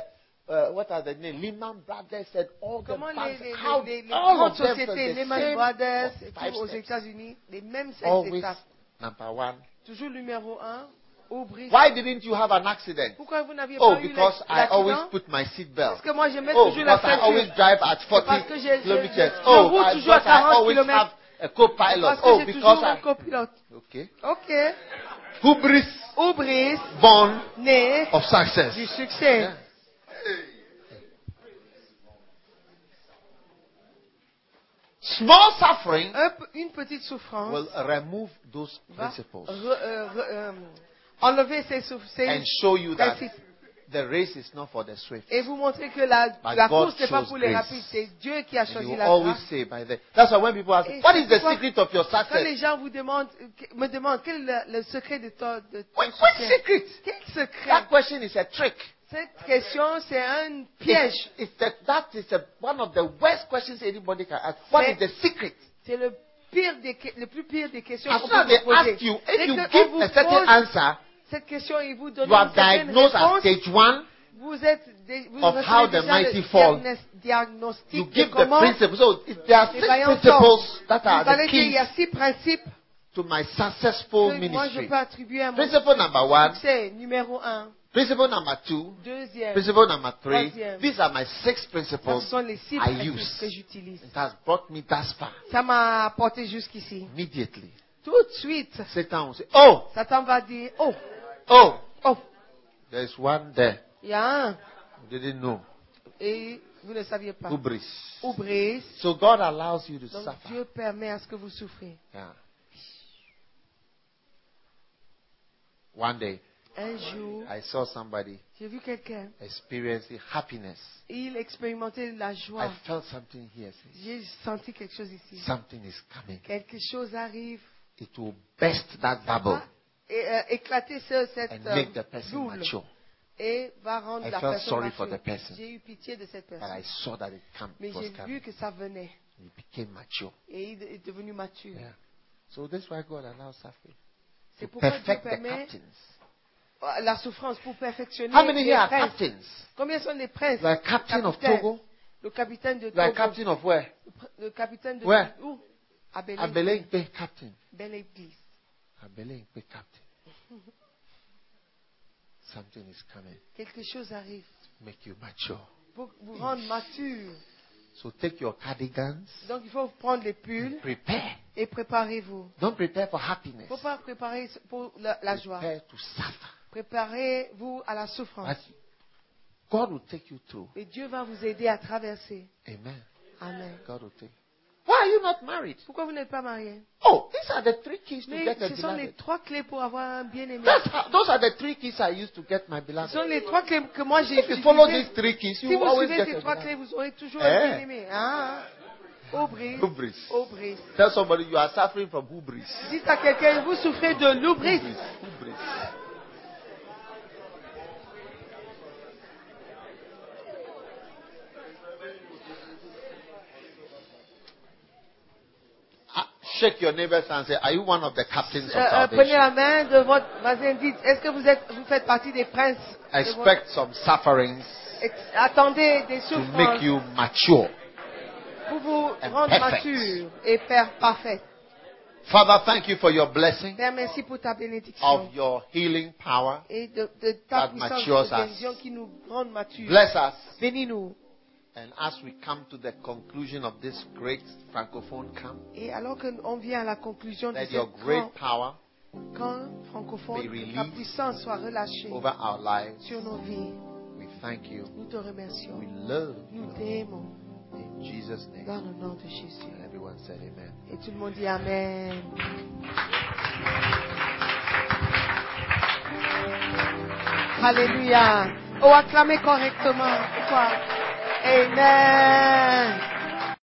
[SPEAKER 2] uh, what are the name? Lehman Brothers and all the
[SPEAKER 5] Comment les,
[SPEAKER 2] banks,
[SPEAKER 5] les,
[SPEAKER 2] how
[SPEAKER 5] les, les
[SPEAKER 2] all
[SPEAKER 5] grandes
[SPEAKER 2] of them from
[SPEAKER 5] sociétés,
[SPEAKER 2] the
[SPEAKER 5] Lehman
[SPEAKER 2] same
[SPEAKER 5] Brothers, et
[SPEAKER 2] five
[SPEAKER 5] tout aux
[SPEAKER 2] steps.
[SPEAKER 5] États-Unis, les mêmes sept
[SPEAKER 2] Always
[SPEAKER 5] étapes.
[SPEAKER 2] number one.
[SPEAKER 5] Toujours numéro un, oubris.
[SPEAKER 2] Why didn't you have an accident?
[SPEAKER 5] Pourquoi vous n'aviez
[SPEAKER 2] Oh,
[SPEAKER 5] pas eu
[SPEAKER 2] because I always
[SPEAKER 5] l'accident
[SPEAKER 2] put my seat
[SPEAKER 5] Parce
[SPEAKER 2] belt.
[SPEAKER 5] que moi, je mets
[SPEAKER 2] Oh,
[SPEAKER 5] toujours
[SPEAKER 2] because
[SPEAKER 5] la
[SPEAKER 2] I always
[SPEAKER 5] ceinture.
[SPEAKER 2] drive at 40
[SPEAKER 5] Parce que j'ai-
[SPEAKER 2] kilometers.
[SPEAKER 5] je- je
[SPEAKER 2] Oh,
[SPEAKER 5] roule
[SPEAKER 2] I,
[SPEAKER 5] toujours à
[SPEAKER 2] because I
[SPEAKER 5] 40
[SPEAKER 2] always have
[SPEAKER 5] kilomètres.
[SPEAKER 2] a co-pilot.
[SPEAKER 5] Parce que
[SPEAKER 2] Oh,
[SPEAKER 5] j'ai
[SPEAKER 2] because
[SPEAKER 5] toujours un
[SPEAKER 2] I...
[SPEAKER 5] copilote.
[SPEAKER 2] Okay.
[SPEAKER 5] Ok.
[SPEAKER 2] Hubris
[SPEAKER 5] Oubris,
[SPEAKER 2] born
[SPEAKER 5] né
[SPEAKER 2] of success.
[SPEAKER 5] du succès.
[SPEAKER 2] Yeah. Small suffering
[SPEAKER 5] Un p- une petite souffrance
[SPEAKER 2] will remove those
[SPEAKER 5] va
[SPEAKER 2] principles
[SPEAKER 5] re- euh, re- euh, enlever ses
[SPEAKER 2] and
[SPEAKER 5] souffrances.
[SPEAKER 2] show you that
[SPEAKER 5] Principles.
[SPEAKER 2] the race is not for the swift.
[SPEAKER 5] et vous montrer que la,
[SPEAKER 2] But
[SPEAKER 5] la
[SPEAKER 2] God
[SPEAKER 5] course n'est pas
[SPEAKER 2] chose
[SPEAKER 5] pour les
[SPEAKER 2] grace.
[SPEAKER 5] rapides, c'est Dieu qui a
[SPEAKER 2] And you
[SPEAKER 5] choisi
[SPEAKER 2] will
[SPEAKER 5] la
[SPEAKER 2] always
[SPEAKER 5] grâce.
[SPEAKER 2] say by the. That's why when people ask,
[SPEAKER 5] Et
[SPEAKER 2] what
[SPEAKER 5] c'est
[SPEAKER 2] is the
[SPEAKER 5] pourquoi-
[SPEAKER 2] secret of your
[SPEAKER 5] Quand les
[SPEAKER 2] success?
[SPEAKER 5] gens vous demandent, me demandent quel est le, le secret de ton, de ton
[SPEAKER 2] What, what
[SPEAKER 5] succès,
[SPEAKER 2] secret?
[SPEAKER 5] quel secret
[SPEAKER 2] That question is a trick.
[SPEAKER 5] Cette question, c'est un
[SPEAKER 2] It's,
[SPEAKER 5] piège.
[SPEAKER 2] it's that, that is a, one of the worst questions anybody can ask. What is the secret?
[SPEAKER 5] C'est le pire des, que- le plus pire des questions
[SPEAKER 2] As
[SPEAKER 5] qu'on
[SPEAKER 2] soon as
[SPEAKER 5] peut
[SPEAKER 2] they
[SPEAKER 5] vous poser.
[SPEAKER 2] ask you,
[SPEAKER 5] Dès
[SPEAKER 2] if you
[SPEAKER 5] que on
[SPEAKER 2] give
[SPEAKER 5] vous
[SPEAKER 2] a certain
[SPEAKER 5] pose
[SPEAKER 2] answer,
[SPEAKER 5] cette question et vous donnez
[SPEAKER 2] you are
[SPEAKER 5] une certaine
[SPEAKER 2] diagnosed at
[SPEAKER 5] réponse,
[SPEAKER 2] stage one.
[SPEAKER 5] vous êtes, dé- vous
[SPEAKER 2] of
[SPEAKER 5] recevez
[SPEAKER 2] how the
[SPEAKER 5] déjà le
[SPEAKER 2] mighty fall.
[SPEAKER 5] diagnos-
[SPEAKER 2] You
[SPEAKER 5] diagnostic de
[SPEAKER 2] give the
[SPEAKER 5] comment
[SPEAKER 2] principles. So it- there are
[SPEAKER 5] les
[SPEAKER 2] six
[SPEAKER 5] vaillants
[SPEAKER 2] principles
[SPEAKER 5] tombent.
[SPEAKER 2] that are
[SPEAKER 5] Vous
[SPEAKER 2] the
[SPEAKER 5] allez dire, il
[SPEAKER 2] keys
[SPEAKER 5] y a six principes
[SPEAKER 2] to my successful
[SPEAKER 5] que moi je
[SPEAKER 2] ministry.
[SPEAKER 5] peux attribuer à mon
[SPEAKER 2] Principle number one,
[SPEAKER 5] succès. Numéro un,
[SPEAKER 2] principle number two,
[SPEAKER 5] deuxième.
[SPEAKER 2] principle number three.
[SPEAKER 5] Troisième.
[SPEAKER 2] These are my six
[SPEAKER 5] Ça,
[SPEAKER 2] principles
[SPEAKER 5] ce sont les six
[SPEAKER 2] I
[SPEAKER 5] principes que
[SPEAKER 2] use.
[SPEAKER 5] j'utilise.
[SPEAKER 2] It has brought me thus far.
[SPEAKER 5] Ça m'a apporté jusqu'ici.
[SPEAKER 2] Immediately,
[SPEAKER 5] Tout de suite,
[SPEAKER 2] Satan will say, "Oh,
[SPEAKER 5] Satan va dire, oh,
[SPEAKER 2] oh,
[SPEAKER 5] oh,
[SPEAKER 2] there is one there.
[SPEAKER 5] il y a un.
[SPEAKER 2] You didn't know.
[SPEAKER 5] Et vous ne saviez pas.
[SPEAKER 2] Hubris."
[SPEAKER 5] Ouvrez.
[SPEAKER 2] So God allows you to
[SPEAKER 5] Donc
[SPEAKER 2] suffer.
[SPEAKER 5] Dieu permet à ce que vous souffrez.
[SPEAKER 2] Yeah. One day,
[SPEAKER 5] Un jour,
[SPEAKER 2] I saw somebody
[SPEAKER 5] j'ai vu quelqu'un.
[SPEAKER 2] experiencing happiness.
[SPEAKER 5] Il expérimentait la joie.
[SPEAKER 2] I felt something here. see.
[SPEAKER 5] J'ai senti quelque chose ici.
[SPEAKER 2] Something is coming.
[SPEAKER 5] Quelque chose arrive.
[SPEAKER 2] It will burst that bubble
[SPEAKER 5] Ah, Et euh, éclater ce, cette
[SPEAKER 2] and
[SPEAKER 5] euh,
[SPEAKER 2] make the person
[SPEAKER 5] boule
[SPEAKER 2] mature.
[SPEAKER 5] et va rendre
[SPEAKER 2] I
[SPEAKER 5] la
[SPEAKER 2] felt
[SPEAKER 5] personne.
[SPEAKER 2] sorry for
[SPEAKER 5] mature.
[SPEAKER 2] the person.
[SPEAKER 5] J'ai eu pitié de cette
[SPEAKER 2] But I
[SPEAKER 5] personne.
[SPEAKER 2] saw that it, come,
[SPEAKER 5] Mais
[SPEAKER 2] it was
[SPEAKER 5] j'ai vu
[SPEAKER 2] coming.
[SPEAKER 5] que ça venait
[SPEAKER 2] It became mature.
[SPEAKER 5] et il est devenu mature.
[SPEAKER 2] Yeah. So that's why God allows suffering.
[SPEAKER 5] C'est
[SPEAKER 2] To
[SPEAKER 5] pourquoi Dieu
[SPEAKER 2] perfect the
[SPEAKER 5] permet Oh,
[SPEAKER 2] captains.
[SPEAKER 5] la souffrance pour perfectionner
[SPEAKER 2] How many
[SPEAKER 5] les
[SPEAKER 2] here are
[SPEAKER 5] princes.
[SPEAKER 2] captains?
[SPEAKER 5] Combien sont les princes
[SPEAKER 2] You are captain of
[SPEAKER 5] Capitaine.
[SPEAKER 2] Togo.
[SPEAKER 5] Le capitaine de
[SPEAKER 2] You are
[SPEAKER 5] Togo.
[SPEAKER 2] captain of where?
[SPEAKER 5] Le pr- Le capitaine de
[SPEAKER 2] Ouais.
[SPEAKER 5] Où À Bel Air.
[SPEAKER 2] Abelegbe captain.
[SPEAKER 5] Bel Air, please.
[SPEAKER 2] Abelegbe captain. Something is coming.
[SPEAKER 5] Quelque chose arrive
[SPEAKER 2] Make you mature.
[SPEAKER 5] pour vous rendre mature.
[SPEAKER 2] So take your cardigans.
[SPEAKER 5] Donc il faut prendre les pulls
[SPEAKER 2] Prepare.
[SPEAKER 5] et préparez-vous.
[SPEAKER 2] Don't prepare for
[SPEAKER 5] Il
[SPEAKER 2] happiness.
[SPEAKER 5] ne faut pas préparer pour la, la joie.
[SPEAKER 2] Prepare to suffer.
[SPEAKER 5] Préparez-vous à la
[SPEAKER 2] But
[SPEAKER 5] souffrance.
[SPEAKER 2] God will take you through.
[SPEAKER 5] Et Dieu va vous aider à traverser.
[SPEAKER 2] Amen.
[SPEAKER 5] Amen.
[SPEAKER 2] God will take. Why are you not married?
[SPEAKER 5] Pourquoi vous n'êtes pas marié
[SPEAKER 2] Oh, these are the three keys to
[SPEAKER 5] Mais
[SPEAKER 2] get a
[SPEAKER 5] ce sont les
[SPEAKER 2] beloved.
[SPEAKER 5] trois clés pour avoir un bien-aimé.
[SPEAKER 2] That's how- those are the three keys I used to get my
[SPEAKER 5] Ce
[SPEAKER 2] beloved.
[SPEAKER 5] sont les trois clés que moi j'ai
[SPEAKER 2] If you follow
[SPEAKER 5] utilisées.
[SPEAKER 2] these three keys, you
[SPEAKER 5] Si
[SPEAKER 2] will
[SPEAKER 5] vous
[SPEAKER 2] always
[SPEAKER 5] suivez
[SPEAKER 2] get
[SPEAKER 5] ces
[SPEAKER 2] a
[SPEAKER 5] trois
[SPEAKER 2] beloved.
[SPEAKER 5] clés, vous aurez toujours
[SPEAKER 2] Eh. Ah.
[SPEAKER 5] un bien-aimé. Hein? Hubris.
[SPEAKER 4] Hubris.
[SPEAKER 5] Hubris.
[SPEAKER 2] Tell somebody you are suffering from hubris.
[SPEAKER 5] Dites à quelqu'un, vous souffrez de l'hubris.
[SPEAKER 4] Hubris.
[SPEAKER 2] Ah, shake your neighbor's hand and say, Are you one of the captains of
[SPEAKER 5] Euh, euh, prenez la
[SPEAKER 2] salvation?
[SPEAKER 5] main de votre voisin, dites, est-ce que vous, êtes, vous faites partie des princes de votre-
[SPEAKER 2] Expect some sufferings
[SPEAKER 5] Ex- Attendez des
[SPEAKER 2] to
[SPEAKER 5] souffrances
[SPEAKER 2] make you mature.
[SPEAKER 5] pour vous
[SPEAKER 2] and
[SPEAKER 5] rendre
[SPEAKER 2] perfect.
[SPEAKER 5] mature et faire parfait.
[SPEAKER 2] Father, thank you for your blessing
[SPEAKER 5] Père, merci pour ta bénédiction
[SPEAKER 2] of your healing power.
[SPEAKER 5] et de, de
[SPEAKER 2] that
[SPEAKER 5] ta puissance
[SPEAKER 2] matures
[SPEAKER 5] de
[SPEAKER 2] us.
[SPEAKER 5] bénédiction qui nous rend matures.
[SPEAKER 2] Bless us.
[SPEAKER 5] Bénis-nous.
[SPEAKER 2] And as we come to the conclusion of this great francophone camp,
[SPEAKER 5] Et alors qu'on vient à la conclusion de
[SPEAKER 2] let
[SPEAKER 5] ce
[SPEAKER 2] your
[SPEAKER 5] grand
[SPEAKER 2] great power
[SPEAKER 5] camp francophone,
[SPEAKER 2] be
[SPEAKER 5] que ta
[SPEAKER 2] released
[SPEAKER 5] puissance soit relâchée
[SPEAKER 2] over our lives.
[SPEAKER 5] sur nos vies.
[SPEAKER 2] We thank you.
[SPEAKER 5] Nous te
[SPEAKER 2] We
[SPEAKER 5] remercions.
[SPEAKER 2] love
[SPEAKER 5] Nous
[SPEAKER 2] you.
[SPEAKER 5] t'aimons
[SPEAKER 2] In Jesus'
[SPEAKER 5] dans
[SPEAKER 2] name.
[SPEAKER 5] le nom de Jésus.
[SPEAKER 2] And everyone said amen.
[SPEAKER 5] Et tout le monde dit Amen. Alléluia. Oh, acclamez correctement. Quoi? Amen.